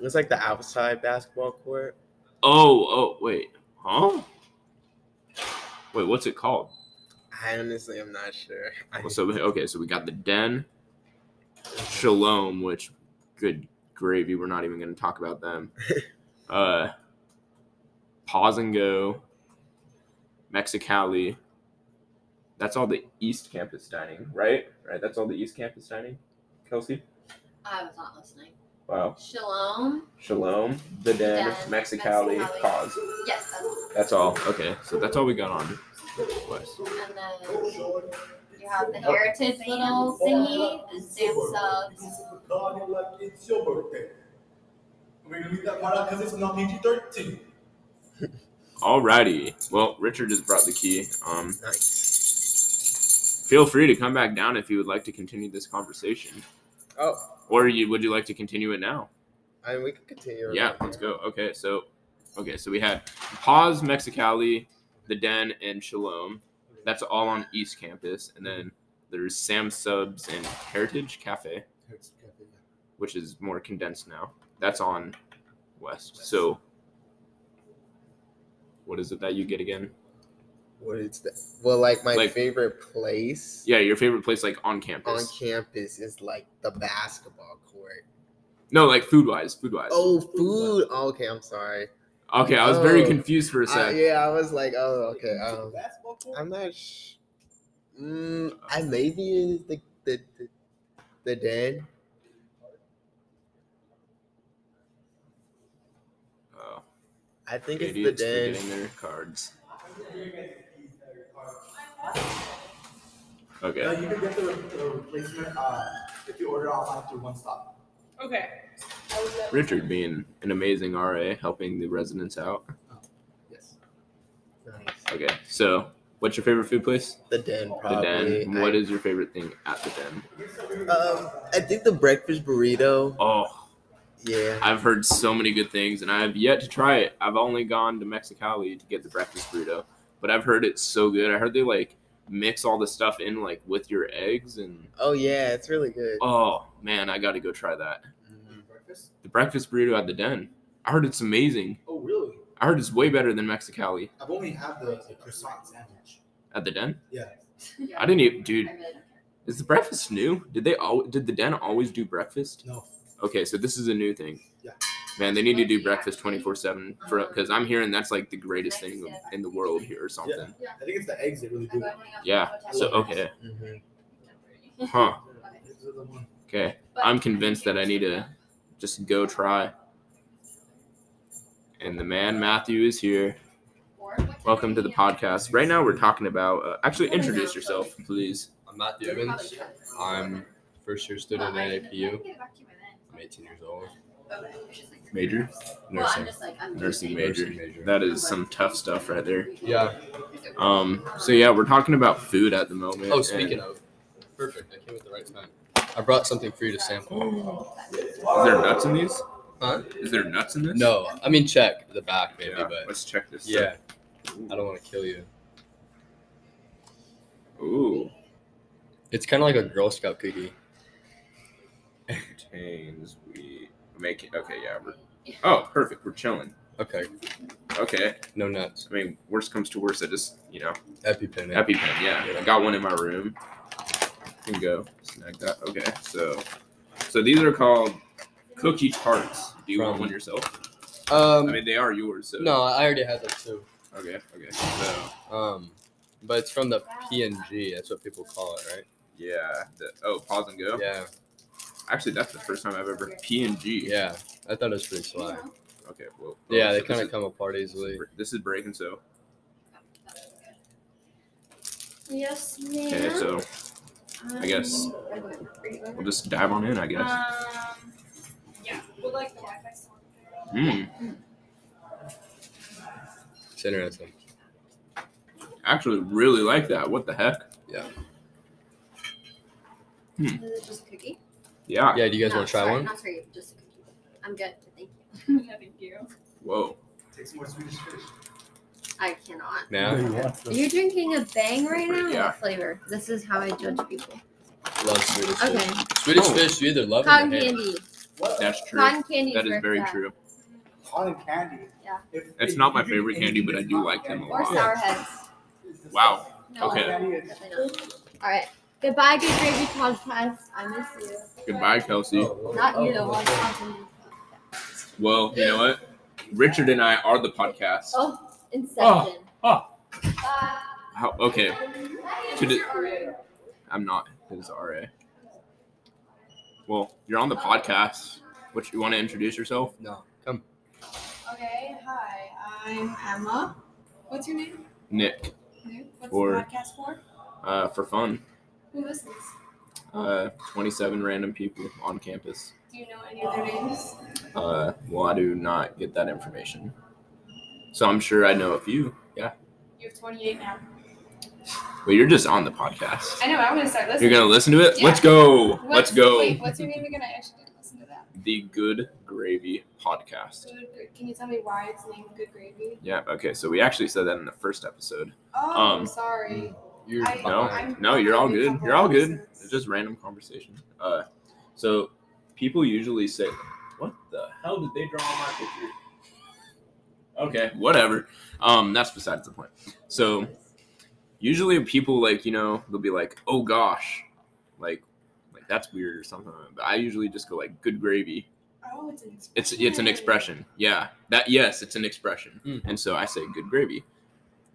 Speaker 6: It's like the outside basketball court.
Speaker 1: Oh oh wait. Huh? Wait, what's it called?
Speaker 6: I honestly am not sure. I,
Speaker 1: Well, so okay, so we got the Den, Shalom, which good gravy, we're not even going to talk about them. Uh, Pause and Go, Mexicali. That's all the East Campus dining, right? Right. That's all the East Campus dining. Kelsey.
Speaker 3: I was not listening.
Speaker 1: Wow.
Speaker 3: Shalom.
Speaker 1: Shalom, the Den,
Speaker 3: Den,
Speaker 1: Mexicali,
Speaker 3: Mexicali.
Speaker 1: Pause.
Speaker 3: Yes, that's all.
Speaker 1: That's all. Okay, so that's all we got on. West.
Speaker 3: And then you have the heritage little thingy, the Sam subs.
Speaker 7: We're gonna leave that part out because it's not PG 13.
Speaker 1: Alrighty. Well, Richard just brought the key. Um,
Speaker 6: nice.
Speaker 1: feel free to come back down if you would like to continue this conversation
Speaker 6: Oh,
Speaker 1: or you would you like to continue it now
Speaker 6: I mean, we could continue.
Speaker 1: yeah
Speaker 6: around
Speaker 1: let's
Speaker 6: here.
Speaker 1: go okay so okay so we had pause mexicali the den and shalom that's all on east campus and then there's sam subs and heritage cafe which is more condensed now that's on west so what is it that you get again
Speaker 6: What is that? Well, like my
Speaker 1: Like-
Speaker 6: favorite place
Speaker 1: yeah your favorite place like on
Speaker 6: on
Speaker 1: campus
Speaker 6: campus is like the basketball court.
Speaker 1: no like food wise food wise
Speaker 6: Oh, food. okay, I'm sorry.
Speaker 1: okay i was very
Speaker 6: Oh.
Speaker 1: confused for a
Speaker 6: I-
Speaker 1: sec
Speaker 6: yeah, I was like, oh, okay. Um,
Speaker 7: Basketball court?
Speaker 6: I'm not. Sh- mm, I maybe is the the the, the den.
Speaker 1: Oh.
Speaker 6: I think it's the
Speaker 1: Idiots for
Speaker 6: den.
Speaker 1: getting their cards. Okay.
Speaker 7: Uh, you can get the, the replacement uh, if you order online through One Stop.
Speaker 8: Okay.
Speaker 1: Richard being an amazing RA, helping the residents out.
Speaker 6: Yes. Nice.
Speaker 1: Okay. So, what's your favorite food place?
Speaker 6: The den.
Speaker 1: The
Speaker 6: Probably.
Speaker 1: Den. What
Speaker 6: I,
Speaker 1: is your favorite thing at the Den?
Speaker 6: Um, I think the breakfast burrito.
Speaker 1: Oh,
Speaker 6: Yeah.
Speaker 1: I've heard so many good things, and I have yet to try it. I've only gone to Mexicali to get the breakfast burrito, but I've heard it's so good. I heard they like mix all the stuff in like with your eggs, and
Speaker 6: Oh yeah, it's really good.
Speaker 1: oh man, I got to go try that.
Speaker 6: Mhm.
Speaker 7: Breakfast?
Speaker 1: The breakfast burrito at the Den. I heard it's amazing.
Speaker 7: Oh, really?
Speaker 1: I heard it's way better than Mexicali
Speaker 7: I've only had the, the croissant sandwich.
Speaker 1: at the Den.
Speaker 7: Yeah.
Speaker 1: I didn't even, dude.
Speaker 3: I really don't care.
Speaker 1: Is the breakfast new? Did they all? Did the Den always do breakfast?
Speaker 7: No.
Speaker 1: Okay, so this is a new thing.
Speaker 7: Yeah.
Speaker 1: Man, they need to do breakfast twenty four seven for because I'm hearing that's like the greatest thing in the world here or something.
Speaker 7: I think it's the eggs that really
Speaker 3: I'm
Speaker 7: do it.
Speaker 3: going hang out with
Speaker 1: Yeah.
Speaker 3: the
Speaker 1: So
Speaker 3: hotel.
Speaker 1: okay,
Speaker 6: Mhm.
Speaker 1: huh?
Speaker 7: These are the one.
Speaker 1: Okay,
Speaker 3: But
Speaker 1: I'm convinced that I need to just go try. And the man Matthew is here. Welcome to the podcast. Right now, we're talking about. Uh, actually, introduce yourself, please.
Speaker 7: I'm Matthew Evans. I'm first year student at APU. I'm 18 years old.
Speaker 6: Oh,
Speaker 1: Major?
Speaker 3: Well, I'm
Speaker 7: Nursing.
Speaker 3: just like, I'm
Speaker 1: Nursing
Speaker 3: just-
Speaker 1: major.
Speaker 7: Nursing major.
Speaker 1: That is some tough stuff right there.
Speaker 7: Yeah.
Speaker 1: Um, so yeah, we're talking about food at the moment.
Speaker 7: Oh, speaking of, perfect. I came at the right time. I brought something for you to sample.
Speaker 1: is there nuts in these?
Speaker 7: Huh?
Speaker 1: Is there nuts in this?
Speaker 7: No, I mean check the back maybe,
Speaker 1: Yeah,
Speaker 7: but
Speaker 1: let's check this.
Speaker 7: yeah. I don't want to kill you.
Speaker 1: out. Ooh,
Speaker 7: It's kind of like a Girl Scout cookie.
Speaker 1: contains we make it. Okay, yeah. We're, oh, perfect. We're chilling.
Speaker 7: Okay,
Speaker 1: Okay.
Speaker 7: no nuts.
Speaker 1: I mean, worst comes to worst, I just you know
Speaker 7: EpiPen. it.
Speaker 1: EpiPen. Yeah, I got one in my room. Can go snag that. Okay, so so these are called cookie tarts. Do you want
Speaker 7: From-
Speaker 1: one yourself?
Speaker 7: um,
Speaker 1: I mean, they are yours. So
Speaker 7: no, I already had that too.
Speaker 1: Okay. Okay. So.
Speaker 7: Um, but it's from the PNG. That's what people call it, right?
Speaker 1: Yeah. The, oh, pause and go.
Speaker 7: Yeah.
Speaker 1: Actually, that's the first time I've ever PNG.
Speaker 7: Yeah. I thought it was pretty sly.
Speaker 1: Okay. Well.
Speaker 7: Yeah,
Speaker 1: oh, so
Speaker 7: they
Speaker 1: this
Speaker 7: kind
Speaker 1: is-
Speaker 7: of come apart
Speaker 1: this is
Speaker 7: easily.
Speaker 1: bre- This is breaking. So
Speaker 3: Yes,
Speaker 1: okay.
Speaker 3: ma'am. Um,
Speaker 1: So I guess we'll just dive on in. I guess.
Speaker 9: Um, yeah. Well, like the Wi-Fi still on?
Speaker 1: Mm,
Speaker 7: It's interesting.
Speaker 1: actually, really like that. What the heck?
Speaker 3: Is it just a cookie?
Speaker 1: Yeah.
Speaker 7: Yeah. Do you guys
Speaker 3: No,
Speaker 7: want to try
Speaker 3: sorry,
Speaker 7: one?
Speaker 3: Not for you, just a cookie. I'm good, thank you.
Speaker 9: Yeah, thank you.
Speaker 1: Whoa.
Speaker 2: Takes more Swedish fish.
Speaker 3: I cannot.
Speaker 7: Now.
Speaker 3: Are you drinking a bang right now?
Speaker 1: Yeah.
Speaker 3: What flavor? This is how I judge people.
Speaker 7: Love Swedish fish.
Speaker 3: Okay.
Speaker 7: Swedish
Speaker 1: Oh.
Speaker 7: fish, you either love it or
Speaker 3: Cotton
Speaker 7: hate it.
Speaker 3: candy.
Speaker 2: What?
Speaker 1: That's true.
Speaker 3: Cotton candy.
Speaker 1: That is
Speaker 3: where
Speaker 1: very
Speaker 3: it's at.
Speaker 1: true.
Speaker 2: Cotton candy.
Speaker 3: Yeah.
Speaker 2: If,
Speaker 1: It's
Speaker 2: if
Speaker 1: not
Speaker 2: you
Speaker 1: my
Speaker 2: do
Speaker 1: favorite candy,
Speaker 2: anything
Speaker 1: but I
Speaker 2: that's
Speaker 1: do
Speaker 2: not
Speaker 1: like them a
Speaker 2: candy,
Speaker 3: Or
Speaker 1: lot.
Speaker 3: sour heads.
Speaker 2: it's disgusting.
Speaker 1: Wow.
Speaker 3: No,
Speaker 1: Okay.
Speaker 2: Candy is-
Speaker 3: definitely not. All right. Goodbye, good gravy podcast. I miss you.
Speaker 1: Goodbye, Kelsey.
Speaker 6: oh,
Speaker 3: Not you, the
Speaker 1: Oh,
Speaker 3: one talking.
Speaker 1: Well, you know what? Richard and I are the podcast.
Speaker 3: Oh, Inception.
Speaker 1: oh.
Speaker 3: Bye.
Speaker 1: How, okay. To the-
Speaker 9: You're alright.
Speaker 1: I'm not his RA. Well, you're on the podcast. What you want to introduce yourself?
Speaker 7: No. Come.
Speaker 9: Okay, hi, I'm Emma. What's your name?
Speaker 1: Nick,
Speaker 9: Lou? What's
Speaker 1: Or-
Speaker 9: the podcast for?
Speaker 1: uh, for fun.
Speaker 9: Who listens?
Speaker 1: Uh, 27 random people on campus.
Speaker 9: Do you know any of their names?
Speaker 1: Uh, well, I do not get that information. So I'm sure I know a few. Yeah.
Speaker 9: You have 28 now.
Speaker 1: Well, you're just on the podcast.
Speaker 9: I know, I'm gonna start listening.
Speaker 1: You're going to listen to it?
Speaker 9: Yeah.
Speaker 1: Let's go.
Speaker 9: What's-
Speaker 1: Let's go.
Speaker 9: Wait, what's your name again? I actually didn't listen to that.
Speaker 1: The Good Gravy Podcast.
Speaker 9: Good, Gra- can you tell me why it's named Good Gravy?
Speaker 1: Yeah. Okay. So we actually said that in the first episode.
Speaker 9: Oh,
Speaker 1: Um,
Speaker 9: I'm sorry.
Speaker 7: You're
Speaker 9: I-
Speaker 1: No,
Speaker 9: I'm-
Speaker 1: no, you're all
Speaker 9: I'm
Speaker 1: good.
Speaker 9: couple
Speaker 1: You're all good.
Speaker 9: episodes.
Speaker 1: It's just random conversation. Uh, so people usually say, "What the hell did they draw on my picture?" Okay, whatever. Um, that's besides the point. So usually people like you know they'll be like, "Oh gosh," like like that's weird or something. But I usually just go like, "Good gravy."
Speaker 9: Oh, it's an expression.
Speaker 1: It's it's an expression. Yeah. That yes, it's an expression.
Speaker 7: Mm.
Speaker 1: And so I say, "Good gravy."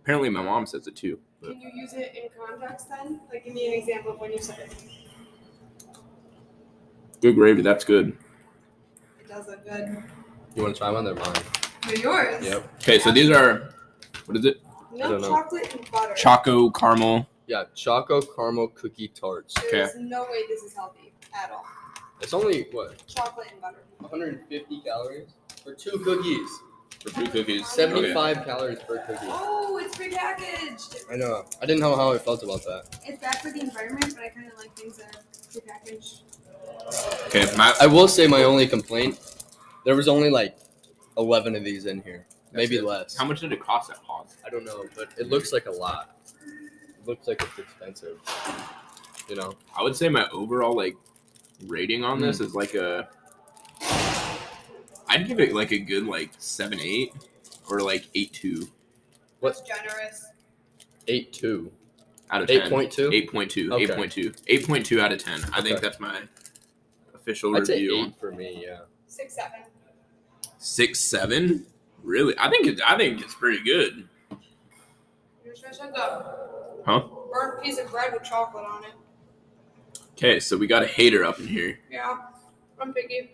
Speaker 1: Apparently, my mom says it too. But
Speaker 9: Can you use it in context then? Like, give me an example of when you said it.
Speaker 1: good gravy. That's good.
Speaker 9: It does look good.
Speaker 7: You want to try one? They're mine.
Speaker 9: They're yours.
Speaker 7: Yep.
Speaker 1: Okay, so these are what is it?
Speaker 7: I don't
Speaker 9: Milk
Speaker 7: know.
Speaker 9: chocolate and butter.
Speaker 1: Choco caramel.
Speaker 7: Yeah. Choco caramel cookie tarts.
Speaker 9: There's no way this is healthy at all.
Speaker 7: It's only what
Speaker 9: Chocolate and butter.
Speaker 7: 150 calories for two cookies.
Speaker 1: For two cookies.
Speaker 7: 75 calories per cookie.
Speaker 9: Oh, it's prepackaged.
Speaker 7: I know. I didn't know how I felt about that.
Speaker 9: It's bad for the environment, but I kind of like things that are prepackaged.
Speaker 1: Okay. Okay, my,
Speaker 7: I will say my only complaint. There was only like 11 of these in here, maybe
Speaker 1: good.
Speaker 7: less.
Speaker 1: how much did it cost at Pause?
Speaker 7: I don't know, but it looks like a lot. It looks like it's expensive. You know,
Speaker 1: I would say my overall like rating on this is like a. I'd give it like a good like seven eight or like eight two
Speaker 7: What?
Speaker 9: That's generous.
Speaker 7: eight two,
Speaker 1: out of
Speaker 7: eight
Speaker 1: ten.
Speaker 7: point two.
Speaker 1: Eight point two.
Speaker 7: Okay.
Speaker 1: Eight point two. Eight point two out of ten. I think
Speaker 7: Okay.
Speaker 1: that's my official
Speaker 7: I'd say
Speaker 1: review.
Speaker 7: eight for me. Yeah.
Speaker 9: Six seven.
Speaker 1: Six seven. Really, I think it, I think it's pretty good.
Speaker 9: Here's your sugar.
Speaker 1: Huh?
Speaker 9: Burnt piece of bread with chocolate on it.
Speaker 1: Okay, so we got a hater up in here.
Speaker 9: Yeah. I'm picky.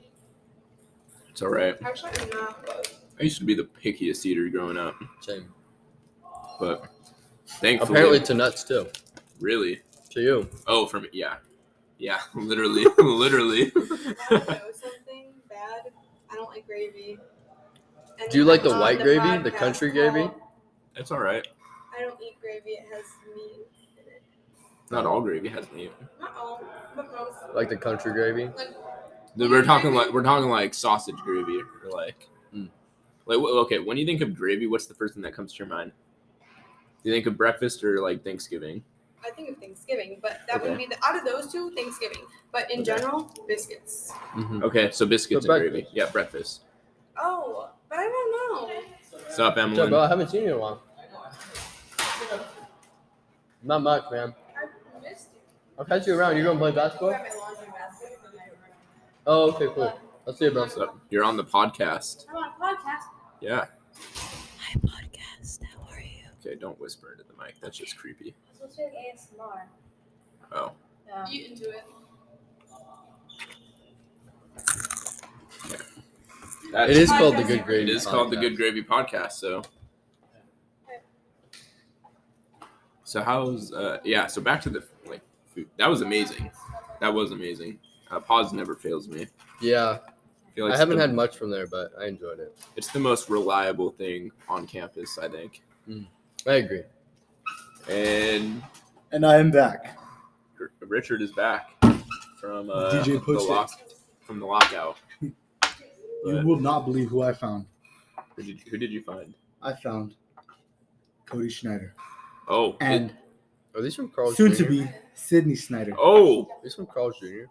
Speaker 1: It's all right.
Speaker 9: Actually, I'm not. But
Speaker 1: I used to be the pickiest eater growing up,
Speaker 7: Same.
Speaker 1: but thankfully,
Speaker 7: Apparently to nuts too.
Speaker 1: really,
Speaker 6: To you.
Speaker 1: Oh, from yeah, yeah, literally, literally.
Speaker 9: I know something bad. I don't like gravy. And
Speaker 6: Do you like the
Speaker 9: on
Speaker 6: white gravy? The
Speaker 9: podcast
Speaker 6: country gravy?
Speaker 9: called
Speaker 1: That's all right.
Speaker 9: I don't eat gravy. It has meat in it.
Speaker 1: Not all gravy has meat.
Speaker 9: Not all, but most.
Speaker 6: Like the country gravy?
Speaker 1: We're talking like we're talking like sausage gravy or like.
Speaker 6: Hmm.
Speaker 1: Like wh- okay, when you think of gravy, what's the first thing that comes to your mind? Do you think of breakfast or like Thanksgiving?
Speaker 9: I think of Thanksgiving, but that would
Speaker 1: Okay.
Speaker 9: be the, out of those two, Thanksgiving. But in
Speaker 1: Okay.
Speaker 9: general, biscuits.
Speaker 6: Hmm.
Speaker 1: Okay, so biscuits
Speaker 6: So
Speaker 1: and gravy. Yeah, breakfast.
Speaker 9: Oh, but I don't know.
Speaker 1: What's up,
Speaker 6: What's up, bro?
Speaker 1: Emily?
Speaker 6: I haven't seen you in a while. Not much, man.
Speaker 9: I missed you.
Speaker 6: I'll catch you around. You gonna play basketball?
Speaker 9: Grab my laundry basket from my room.
Speaker 6: Oh, okay, cool. I'll see you, bro.
Speaker 1: What's up? You're on the podcast.
Speaker 9: I'm on a podcast.
Speaker 1: Yeah.
Speaker 9: Hi, podcast. How are you?
Speaker 1: Okay, don't whisper into the mic. That's just creepy.
Speaker 10: What's your ASMR?
Speaker 1: Oh,
Speaker 10: Um,
Speaker 9: You into it?
Speaker 1: that
Speaker 6: It is called the
Speaker 9: Podcast.
Speaker 6: Good Gravy.
Speaker 1: It is called the
Speaker 6: Podcast.
Speaker 1: Good Gravy Podcast. So, so how's uh yeah? So back to the like food. That was amazing. That was amazing. Uh, pause never fails me.
Speaker 6: Yeah,
Speaker 1: I, feel
Speaker 6: I
Speaker 1: it's
Speaker 6: haven't
Speaker 1: the-
Speaker 6: had much from there, but I enjoyed it.
Speaker 1: It's the most reliable thing on campus, I think.
Speaker 6: I agree.
Speaker 1: And
Speaker 2: And I am back.
Speaker 1: R- Richard is back from uh,
Speaker 2: DJ
Speaker 1: the
Speaker 2: Push It.
Speaker 1: lock, from the lockout.
Speaker 2: You
Speaker 1: But
Speaker 2: will not believe who I found.
Speaker 1: who, did, who did you find?
Speaker 2: I found Cody Schneider
Speaker 1: Oh,
Speaker 2: and
Speaker 6: Are these from Carl's
Speaker 2: soon
Speaker 6: Jr.?
Speaker 2: to be Sydney Snyder.
Speaker 1: oh
Speaker 6: Are these from Carl's Jr.?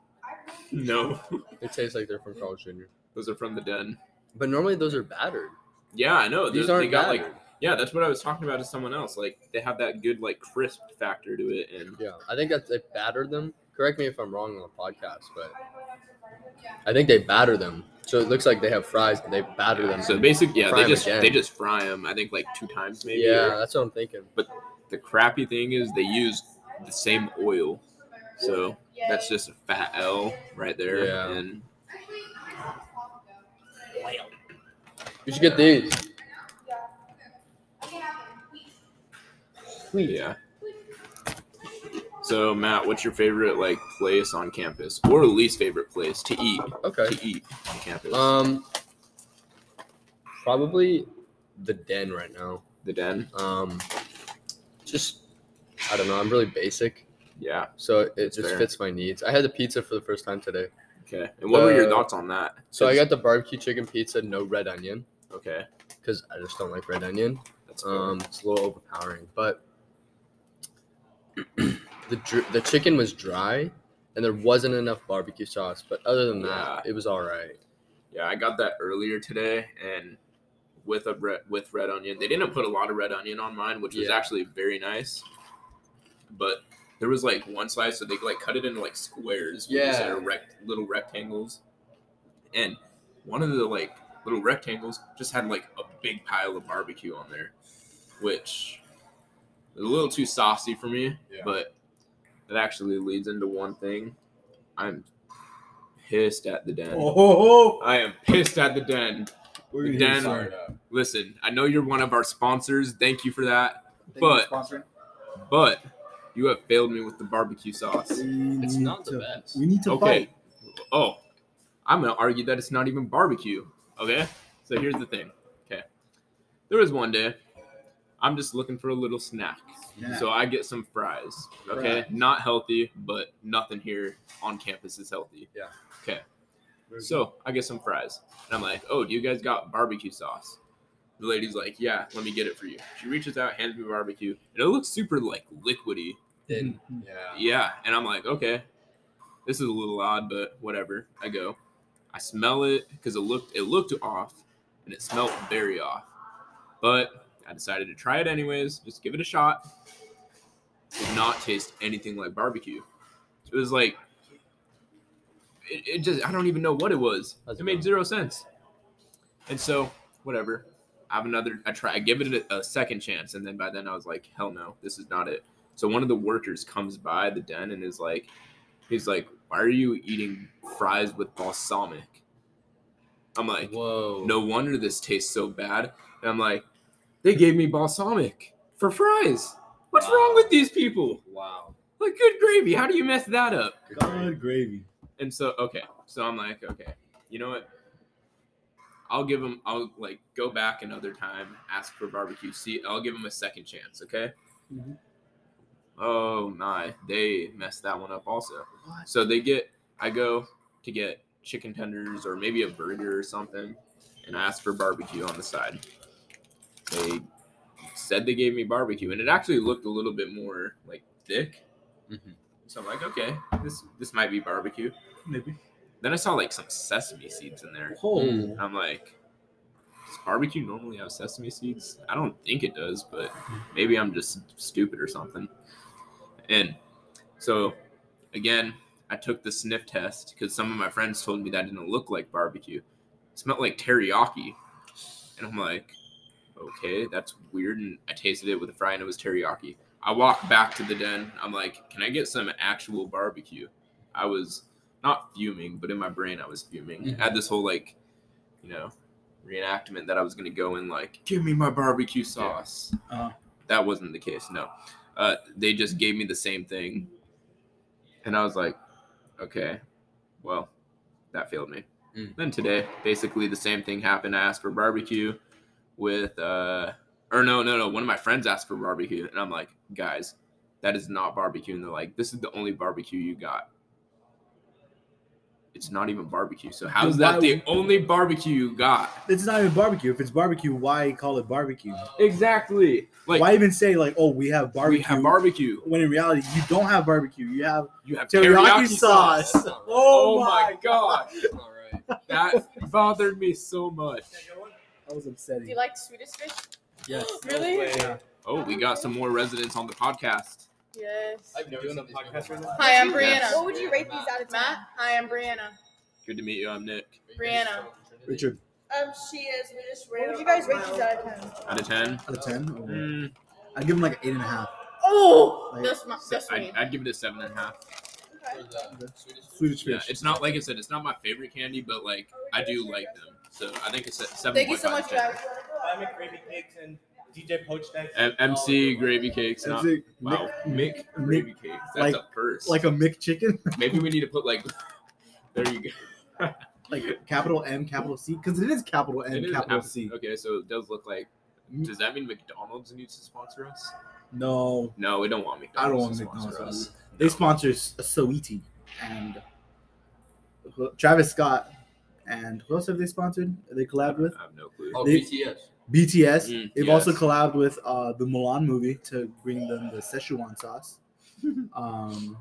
Speaker 1: no,
Speaker 6: They taste like they're from Carl's Jr.
Speaker 1: those are from the den.
Speaker 6: But normally those are battered.
Speaker 1: Yeah, I know.
Speaker 6: These
Speaker 1: Oh, they,
Speaker 6: aren't
Speaker 1: they got like
Speaker 6: battered.
Speaker 1: Yeah, that's what I was talking about to someone else. Like they have that good like crisp factor to it, and
Speaker 6: Yeah, I think that they battered them. Correct me if I'm wrong on the podcast, but
Speaker 9: Yeah.
Speaker 6: I think they batter them. So it looks like they have fries. They batter them.
Speaker 1: so basically, yeah,
Speaker 6: Fry
Speaker 1: they
Speaker 6: 'em
Speaker 1: just
Speaker 6: again.
Speaker 1: they just fry them. I think like two times maybe.
Speaker 6: yeah,
Speaker 1: or-
Speaker 6: that's what I'm thinking.
Speaker 1: The crappy thing is they use the same oil, so that's just a fat L right there.
Speaker 6: Yeah.
Speaker 1: And
Speaker 6: You should get these.
Speaker 1: yeah. So Matt, what's your favorite like place on campus, or least favorite place to eat
Speaker 6: Okay.
Speaker 1: to eat on campus?
Speaker 6: Um, probably the den right now.
Speaker 1: the Den.
Speaker 6: Um, just I don't know. I'm really basic,
Speaker 1: Yeah.
Speaker 6: so it just
Speaker 1: fair.
Speaker 6: fits my needs. I had the pizza for the first time today,
Speaker 1: Okay. And what were your
Speaker 6: Uh,
Speaker 1: thoughts on that?
Speaker 6: so I got the barbecue chicken pizza, no red onion,
Speaker 1: okay.
Speaker 6: because I just don't like red onion.
Speaker 1: That's fair.
Speaker 6: Um, it's a little overpowering, but the dr- the chicken was dry, and there wasn't enough barbecue sauce. But other than that, it was all right.
Speaker 1: Yeah, I got that earlier today, and with a red, with red onion. They didn't put a lot of red onion on mine, which was
Speaker 6: Yeah.
Speaker 1: actually very nice. But there was like one slice, so they like cut it into like squares, which is, like,
Speaker 6: Yeah.
Speaker 1: a rect- little rectangles, and one of the like little rectangles just had like a big pile of barbecue on there, which was a little too saucy for me.
Speaker 11: Yeah.
Speaker 1: But it actually leads into one thing. I'm pissed at the den.
Speaker 2: Oh, ho, ho.
Speaker 1: I am pissed at the den.
Speaker 2: we're gonna
Speaker 1: The
Speaker 2: hear
Speaker 1: Den.
Speaker 2: sorry.
Speaker 1: Listen, I know you're one of our sponsors. Thank you for that.
Speaker 7: Thank you
Speaker 1: But-
Speaker 7: for sponsoring.
Speaker 1: But you have failed me with the barbecue sauce.
Speaker 2: We
Speaker 6: It's
Speaker 2: need
Speaker 6: not the
Speaker 2: to-
Speaker 6: best.
Speaker 2: We need to
Speaker 1: Okay.
Speaker 2: fight.
Speaker 1: Oh, I'm going to argue that it's not even barbecue. Okay. So here's the thing. Okay. There was one day I'm just looking for a little snack.
Speaker 2: Yeah.
Speaker 1: So I get some fries. Okay. Not healthy, but nothing here on campus is healthy.
Speaker 6: Yeah.
Speaker 1: Okay. So I get some fries. And I'm like, oh, do you guys got barbecue sauce? The lady's like, yeah, let me get it for you. She reaches out, hands me barbecue, and it looks super like liquidy.
Speaker 6: Then
Speaker 1: Yeah. And I'm like, okay, this is a little odd, but whatever. I go. I smell it because it looked it looked off and it smelled very off. But I decided to try it anyways, just give it a shot. Did not taste anything like barbecue. It was like it, it just I don't even know what it was.
Speaker 6: That's
Speaker 1: it made
Speaker 6: dumb.
Speaker 1: zero sense. And so, whatever. I have another I try I give it a, a second chance and then by then I was like, hell no, this is not it. So one of the workers comes by the den and is like he's like, Why are you eating fries with balsamic? I'm like,
Speaker 6: whoa,
Speaker 1: no wonder this tastes so bad. And I'm like, they gave me balsamic for fries. What's wrong with these people?
Speaker 6: wow,
Speaker 1: Like, good gravy. How do you mess that up?
Speaker 2: God gravy.
Speaker 1: And so, okay. So I'm like, okay, you know what? I'll give him, I'll like go back another time, ask for barbecue. See, I'll give him a second chance, okay?
Speaker 2: Mhm.
Speaker 1: Oh my, they messed that one up also. So they get, I go to get chicken tenders or maybe a burger or something, and I ask for barbecue on the side. They said they gave me barbecue, and it actually looked a little bit more like thick.
Speaker 11: Mhm.
Speaker 1: So I'm like, okay, this this might be barbecue.
Speaker 2: Maybe.
Speaker 1: Then I saw like some sesame seeds in there.
Speaker 2: Oh.
Speaker 6: Mm.
Speaker 1: I'm like, does barbecue normally have sesame seeds? I don't think it does, but maybe I'm just stupid or something. And so, again, I took the sniff test because some of my friends told me that didn't look like barbecue. It smelled like teriyaki. And I'm like, okay, that's weird. And I tasted it with a fry and it was teriyaki. I walked back to the den. I'm like, can I get some actual barbecue? I was not fuming, but in my brain, I was fuming. I had this whole like, you know, reenactment that I was going to go in like, give me my barbecue sauce.
Speaker 2: Uh-huh.
Speaker 1: That wasn't the case. No. Uh, they just gave me the same thing. And I was like, okay, well, that failed me.
Speaker 6: Mm.
Speaker 1: Then today, basically the same thing happened. I asked for barbecue with, uh, or no, no, no. One of my friends asked for barbecue, and I'm like, guys, that is not barbecue. And they're like, this is the only barbecue you got. It's not even barbecue. So how's
Speaker 2: Then
Speaker 1: that
Speaker 2: why-
Speaker 1: the only barbecue you got?
Speaker 2: It's not even barbecue. If it's barbecue, why call it barbecue?
Speaker 1: Exactly. Like
Speaker 2: why even say like, oh, we have barbecue?
Speaker 1: we have barbecue.
Speaker 2: when in reality, you don't have barbecue. You have
Speaker 1: You have
Speaker 2: teriyaki,
Speaker 1: teriyaki,
Speaker 2: sauce.
Speaker 6: That's not right.
Speaker 2: Oh, my
Speaker 1: god.
Speaker 6: All right.
Speaker 1: That bothered me so much.
Speaker 2: That was
Speaker 9: Do you
Speaker 2: upsetting.
Speaker 9: like Swedish fish?
Speaker 2: Yes.
Speaker 9: Really?
Speaker 1: Oh, we got some more residents on the podcast.
Speaker 9: Yes.
Speaker 6: I've never
Speaker 11: doing
Speaker 6: seen
Speaker 11: a
Speaker 6: this
Speaker 11: podcast
Speaker 6: before.
Speaker 11: right now?
Speaker 9: Hi, I'm
Speaker 1: Yes.
Speaker 9: Brianna.
Speaker 10: What would you rate these out of ten?
Speaker 9: Matt, hi, I'm Brianna.
Speaker 1: Good to meet you. I'm Nick.
Speaker 9: Brianna.
Speaker 2: Richard,
Speaker 9: Um, she is. We just
Speaker 10: What would you guys rate these out of ten?
Speaker 1: Out of ten,
Speaker 2: out of ten, oh, I'd give him like an eight and a half.
Speaker 9: Oh,
Speaker 2: Like,
Speaker 9: that's my,
Speaker 1: se-
Speaker 9: that's me.
Speaker 1: I'd, I'd give it a seven and a half.
Speaker 9: Okay.
Speaker 6: Where's that? Swedish
Speaker 2: Swedish
Speaker 1: Yeah,
Speaker 2: fish.
Speaker 1: it's not like I said, it's not my favorite candy, but like I do like them. So I think it's a seven.
Speaker 9: Thank you so much, guys.
Speaker 7: I make gravy cakes and DJ poached eggs.
Speaker 1: M- MC gravy cakes.
Speaker 2: That's
Speaker 1: Not,
Speaker 2: it.
Speaker 1: wow, Mick gravy cakes. That's
Speaker 2: Like-
Speaker 1: a first.
Speaker 2: Like a Mick chicken,
Speaker 1: maybe we need to put like. There you go.
Speaker 2: like capital M, capital C, because it is capital M,
Speaker 1: It is
Speaker 2: capital
Speaker 1: ab-
Speaker 2: C.
Speaker 1: Okay, so it does look like. Does that mean McDonald's needs to sponsor us?
Speaker 2: No,
Speaker 1: No, we don't want
Speaker 2: I don't
Speaker 1: McDonald's.
Speaker 2: want
Speaker 1: to
Speaker 2: McDonald's.
Speaker 1: sponsor us.
Speaker 2: They sponsor S- Soiti and who- Travis Scott, and who else have they sponsored? They collabed with
Speaker 1: I have no clue.
Speaker 6: Oh,
Speaker 2: They-
Speaker 6: BTS.
Speaker 2: BTS.
Speaker 1: Mm,
Speaker 2: They've
Speaker 1: yes.
Speaker 2: also collabed with uh, the Milan movie to bring them the Szechuan sauce. um,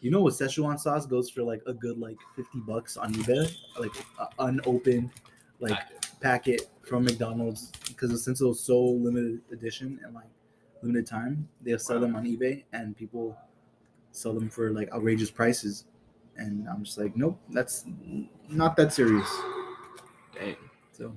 Speaker 2: you know what Szechuan sauce goes for like a good like fifty bucks on eBay, like uh, unopened, like packet, from McDonald's because since it was so limited edition and like limited time, they'll sell them on eBay and people sell them for like outrageous prices. And I'm just like, nope, that's not that serious.
Speaker 1: Dang.
Speaker 2: So,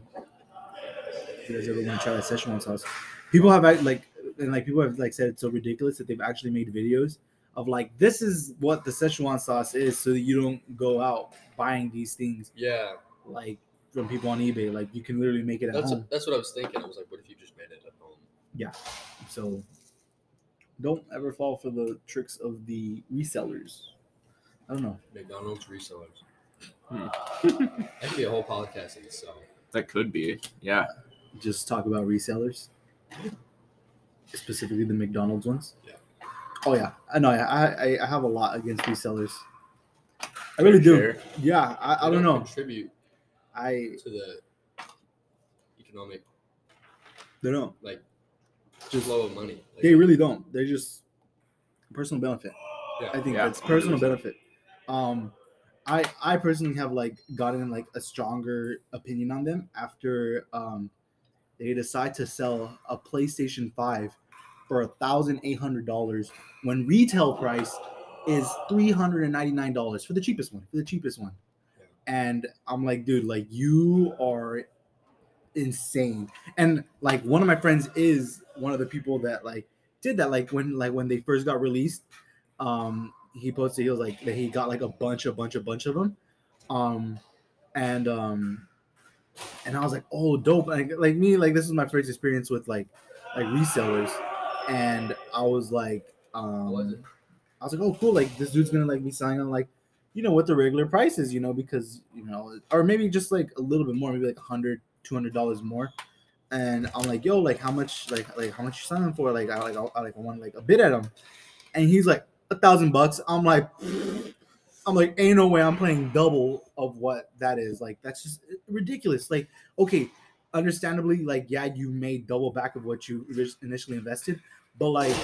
Speaker 2: if you guys ever want to try that Szechuan sauce, people have act- like, and like people have like said it's so ridiculous that they've actually made videos of like, this is what the Szechuan sauce is, so that you don't go out buying these things
Speaker 6: Yeah,
Speaker 2: like from people on eBay. Like you can literally make it at
Speaker 6: that's
Speaker 2: home.
Speaker 6: that's what I was thinking. I was like, what if you just made it at home?
Speaker 2: So, don't ever fall for the tricks of the resellers. I don't know.
Speaker 6: McDonald's resellers.
Speaker 1: Hmm.
Speaker 6: That could be a whole podcast in itself.
Speaker 1: That could be. Yeah.
Speaker 2: Just talk about resellers, specifically the McDonald's ones.
Speaker 6: Yeah.
Speaker 2: Oh yeah, I know. I I, I have a lot against resellers. I really do.
Speaker 1: Fair.
Speaker 2: Yeah, I, I
Speaker 6: They
Speaker 2: don't know.
Speaker 6: Contribute
Speaker 2: I
Speaker 6: to the economic
Speaker 2: they don't.
Speaker 6: like
Speaker 2: Just-
Speaker 6: flow of money. Like,
Speaker 2: They really don't. They're just personal benefit.
Speaker 6: Yeah.
Speaker 2: I think
Speaker 1: Yeah.
Speaker 2: that's personal benefit. Um, I I personally have like gotten like a stronger opinion on them after um they decide to sell a PlayStation Five for a thousand eight hundred dollars when retail price is three hundred and ninety nine dollars for the cheapest one. For the cheapest one,
Speaker 6: Yeah.
Speaker 2: and I'm like, dude, like you are insane. And like one of my friends is one of the people that like did that. Like when like when they first got released, um, he posted he was like that he got like a bunch, a bunch, a bunch of them, um, and um, and I was like, oh, dope. Like like me, like this was my first experience with like like resellers, and I was like, um,
Speaker 6: was it?
Speaker 2: I was like, oh cool, like this dude's gonna like be selling on like, you know what the regular price is, you know, because you know, or maybe just like a little bit more, maybe like a hundred, two hundred dollars more. And I'm like, yo, like how much, like like how much you selling for? Like I like I, I, like I want like a bid at him, and he's like a thousand bucks. I'm like, I'm like, ain't no way I'm playing double of what that is. Like that's just ridiculous. Like okay, understandably, like yeah, you may double back of what you orig- initially invested, but like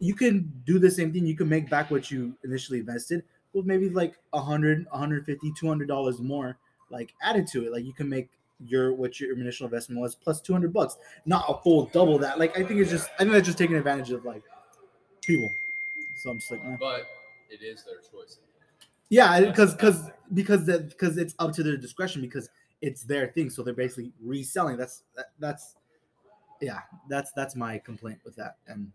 Speaker 2: you can do the same thing. You can make back what you initially invested with maybe like a hundred, a hundred fifty, two hundred dollars more, like added to it. Like you can make your what your initial investment was plus two hundred bucks, not a full double that. Like I think it's just I think that's just taking advantage of like people. So I'm just like, eh.
Speaker 6: But it is their choice.
Speaker 2: yeah, because because because that because it's up to their discretion because it's their thing. So they're basically reselling. That's that, that's yeah, that's that's my complaint with that and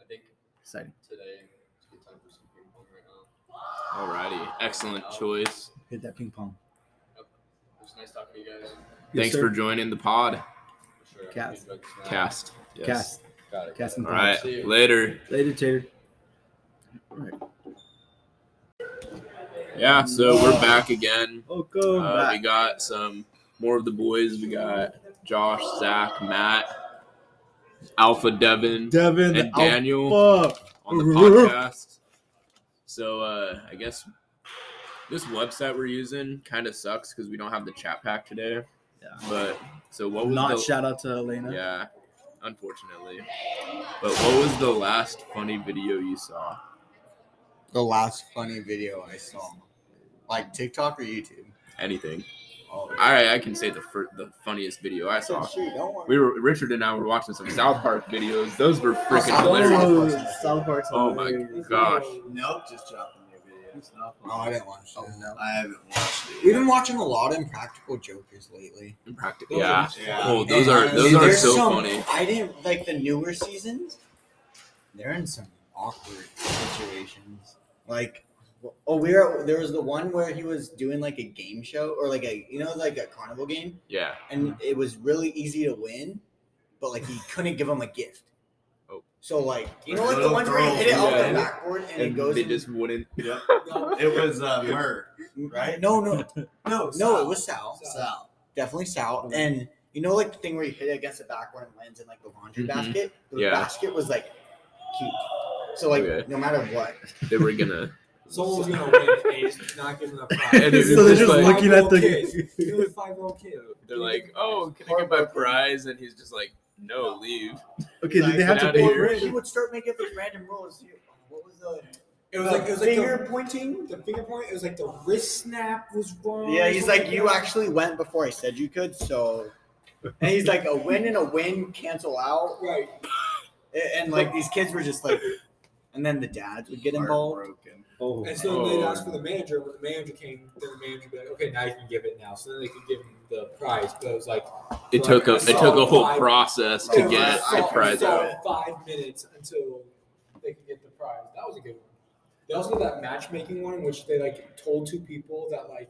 Speaker 6: I think
Speaker 2: exciting.
Speaker 6: today it's a good time for some ping pong right now.
Speaker 1: Alrighty, excellent choice.
Speaker 2: Hit that ping pong.
Speaker 6: It was nice talking to you guys.
Speaker 2: Yes,
Speaker 1: Thanks
Speaker 2: sir.
Speaker 1: for joining the pod
Speaker 6: I'm sure everyone
Speaker 2: Cast.
Speaker 6: enjoyed this now.
Speaker 1: cast. Yes.
Speaker 2: Cast.
Speaker 6: Got it.
Speaker 2: Cast
Speaker 1: All
Speaker 2: and
Speaker 1: right,
Speaker 6: See you.
Speaker 1: later.
Speaker 2: Later, Tater.
Speaker 1: Yeah, so we're back again.
Speaker 2: Welcome
Speaker 1: Uh, we
Speaker 2: back.
Speaker 1: got some more of the boys. We got Josh, Zach, Matt, Alpha Devin,
Speaker 2: Devin the
Speaker 1: and Daniel
Speaker 2: Alpha.
Speaker 1: on the podcast. So uh, I guess this website we're using kind of sucks because we don't have the chat pack today.
Speaker 2: Yeah.
Speaker 1: But so what was
Speaker 2: Not
Speaker 1: Oh, the
Speaker 2: shout out to Elena.
Speaker 1: yeah, unfortunately. But what was the last funny video you saw?
Speaker 12: The last funny video I saw, like TikTok or YouTube.
Speaker 1: Anything?
Speaker 12: Oh,
Speaker 1: All right, I can say the fir- the funniest video I saw.
Speaker 12: Shoot, don't worry.
Speaker 1: We were Richard and I were watching some South Park videos. Those were freaking
Speaker 12: Oh,
Speaker 1: hilarious.
Speaker 2: South Park's
Speaker 1: Oh my
Speaker 2: hilarious.
Speaker 1: gosh.
Speaker 7: Nope, just dropping new videos. No,
Speaker 12: No, Oh, I didn't watch that.
Speaker 7: I haven't watched it.
Speaker 12: We've been watching a lot of Impractical Jokers lately.
Speaker 1: Impractical. Yeah.
Speaker 7: Yeah.
Speaker 1: Oh, those
Speaker 12: And
Speaker 1: are
Speaker 12: honestly,
Speaker 1: those are
Speaker 12: there's
Speaker 1: so
Speaker 12: some-
Speaker 1: funny.
Speaker 12: I didn't like the newer seasons. They're in some awkward situations. Like, oh, we were there was the one where he was doing like a game show or like a you know like a carnival game,
Speaker 1: Yeah.
Speaker 12: and it was really easy to win, but like he couldn't give him a gift.
Speaker 1: Oh.
Speaker 12: So like you
Speaker 7: The
Speaker 12: know like the
Speaker 7: little
Speaker 12: ones where you
Speaker 7: girl,
Speaker 12: hit it off
Speaker 1: yeah.
Speaker 12: the backboard and, it goes.
Speaker 1: they
Speaker 12: in-
Speaker 1: just wouldn't.
Speaker 7: It was uh, Mur, right?
Speaker 12: No, no,
Speaker 7: No,
Speaker 12: no! It was Sal.
Speaker 7: Sal.
Speaker 12: definitely Sal. And you know, like the thing where you hit it against the backboard and lands in like the laundry
Speaker 1: Mhm.
Speaker 12: basket. The
Speaker 1: Yeah.
Speaker 12: basket was like cute. So like,
Speaker 1: Okay.
Speaker 12: no matter what,
Speaker 1: They were gonna.
Speaker 7: Someone's gonna win if he's not giving up five.
Speaker 1: And it's
Speaker 2: so they're
Speaker 1: just
Speaker 2: just
Speaker 1: like-
Speaker 2: looking at the.
Speaker 7: Kid. He was five old kid.
Speaker 1: They're like, oh, can I get my prize? And he's just like, no, leave.
Speaker 2: Okay, did they have to
Speaker 1: Get outta
Speaker 2: pull?
Speaker 1: here.
Speaker 12: he would start making up these random rules. What was the?
Speaker 7: It was like it was like
Speaker 12: Finger
Speaker 7: the, pointing. The finger point. It was like the wrist snap was wrong.
Speaker 12: Yeah, he's like, you actually went before I said you could, so. And he's like, a win and a win cancel out,
Speaker 7: Right.
Speaker 12: A- and like these kids were just like, and then the dads would get involved.
Speaker 2: Oh,
Speaker 7: And so they'd
Speaker 1: Oh.
Speaker 7: ask for the manager. When the manager came, then the manager would be like, okay, now you can give it now. So then they could give him the prize. But it was like
Speaker 1: It took a it took a whole process to get a prize out.
Speaker 7: Five minutes until they could get the prize. That was a good one. They also did that matchmaking one in which they like told two people that like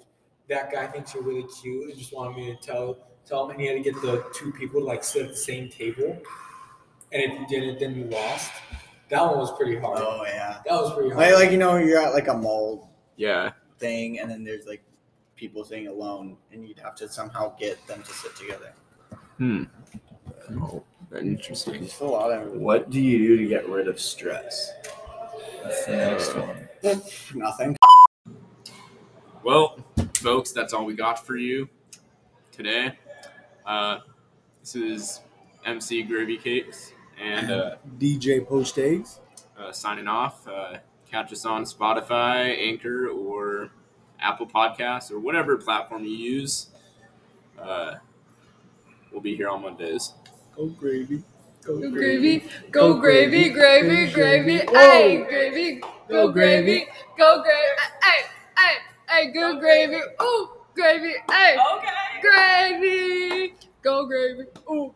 Speaker 7: that guy thinks you're really cute and just wanted me to tell tell him, and he had to get the two people to like sit at the same table. And if you didn't, then you lost. That one was pretty hard.
Speaker 12: Oh yeah,
Speaker 7: That was pretty hard.
Speaker 12: like, like you know, you're at like a mall
Speaker 1: Yeah.
Speaker 12: thing, and then there's like people sitting alone, and you'd have to somehow get them to sit together.
Speaker 1: Oh, interesting.
Speaker 12: It's a lot of
Speaker 1: What
Speaker 12: do you do to get rid of stress? That's the
Speaker 1: Uh,
Speaker 12: next one. Nothing.
Speaker 1: Well, folks, that's all we got for you today. Uh, this is MC Gravy Cakes and uh,
Speaker 2: DJ poached eggs.
Speaker 1: uh, signing off. Uh, catch us on Spotify, Anchor, or Apple Podcasts, or whatever platform you use. Uh, we'll be here on Mondays.
Speaker 2: Go gravy. Go
Speaker 10: Go
Speaker 2: gravy.
Speaker 10: gravy, go gravy, gravy, gravy, hey, gravy, go gravy, go gravy, hey, hey, hey, go gravy, ooh, gravy, hey,
Speaker 9: Okay.
Speaker 10: gravy, go gravy, ooh.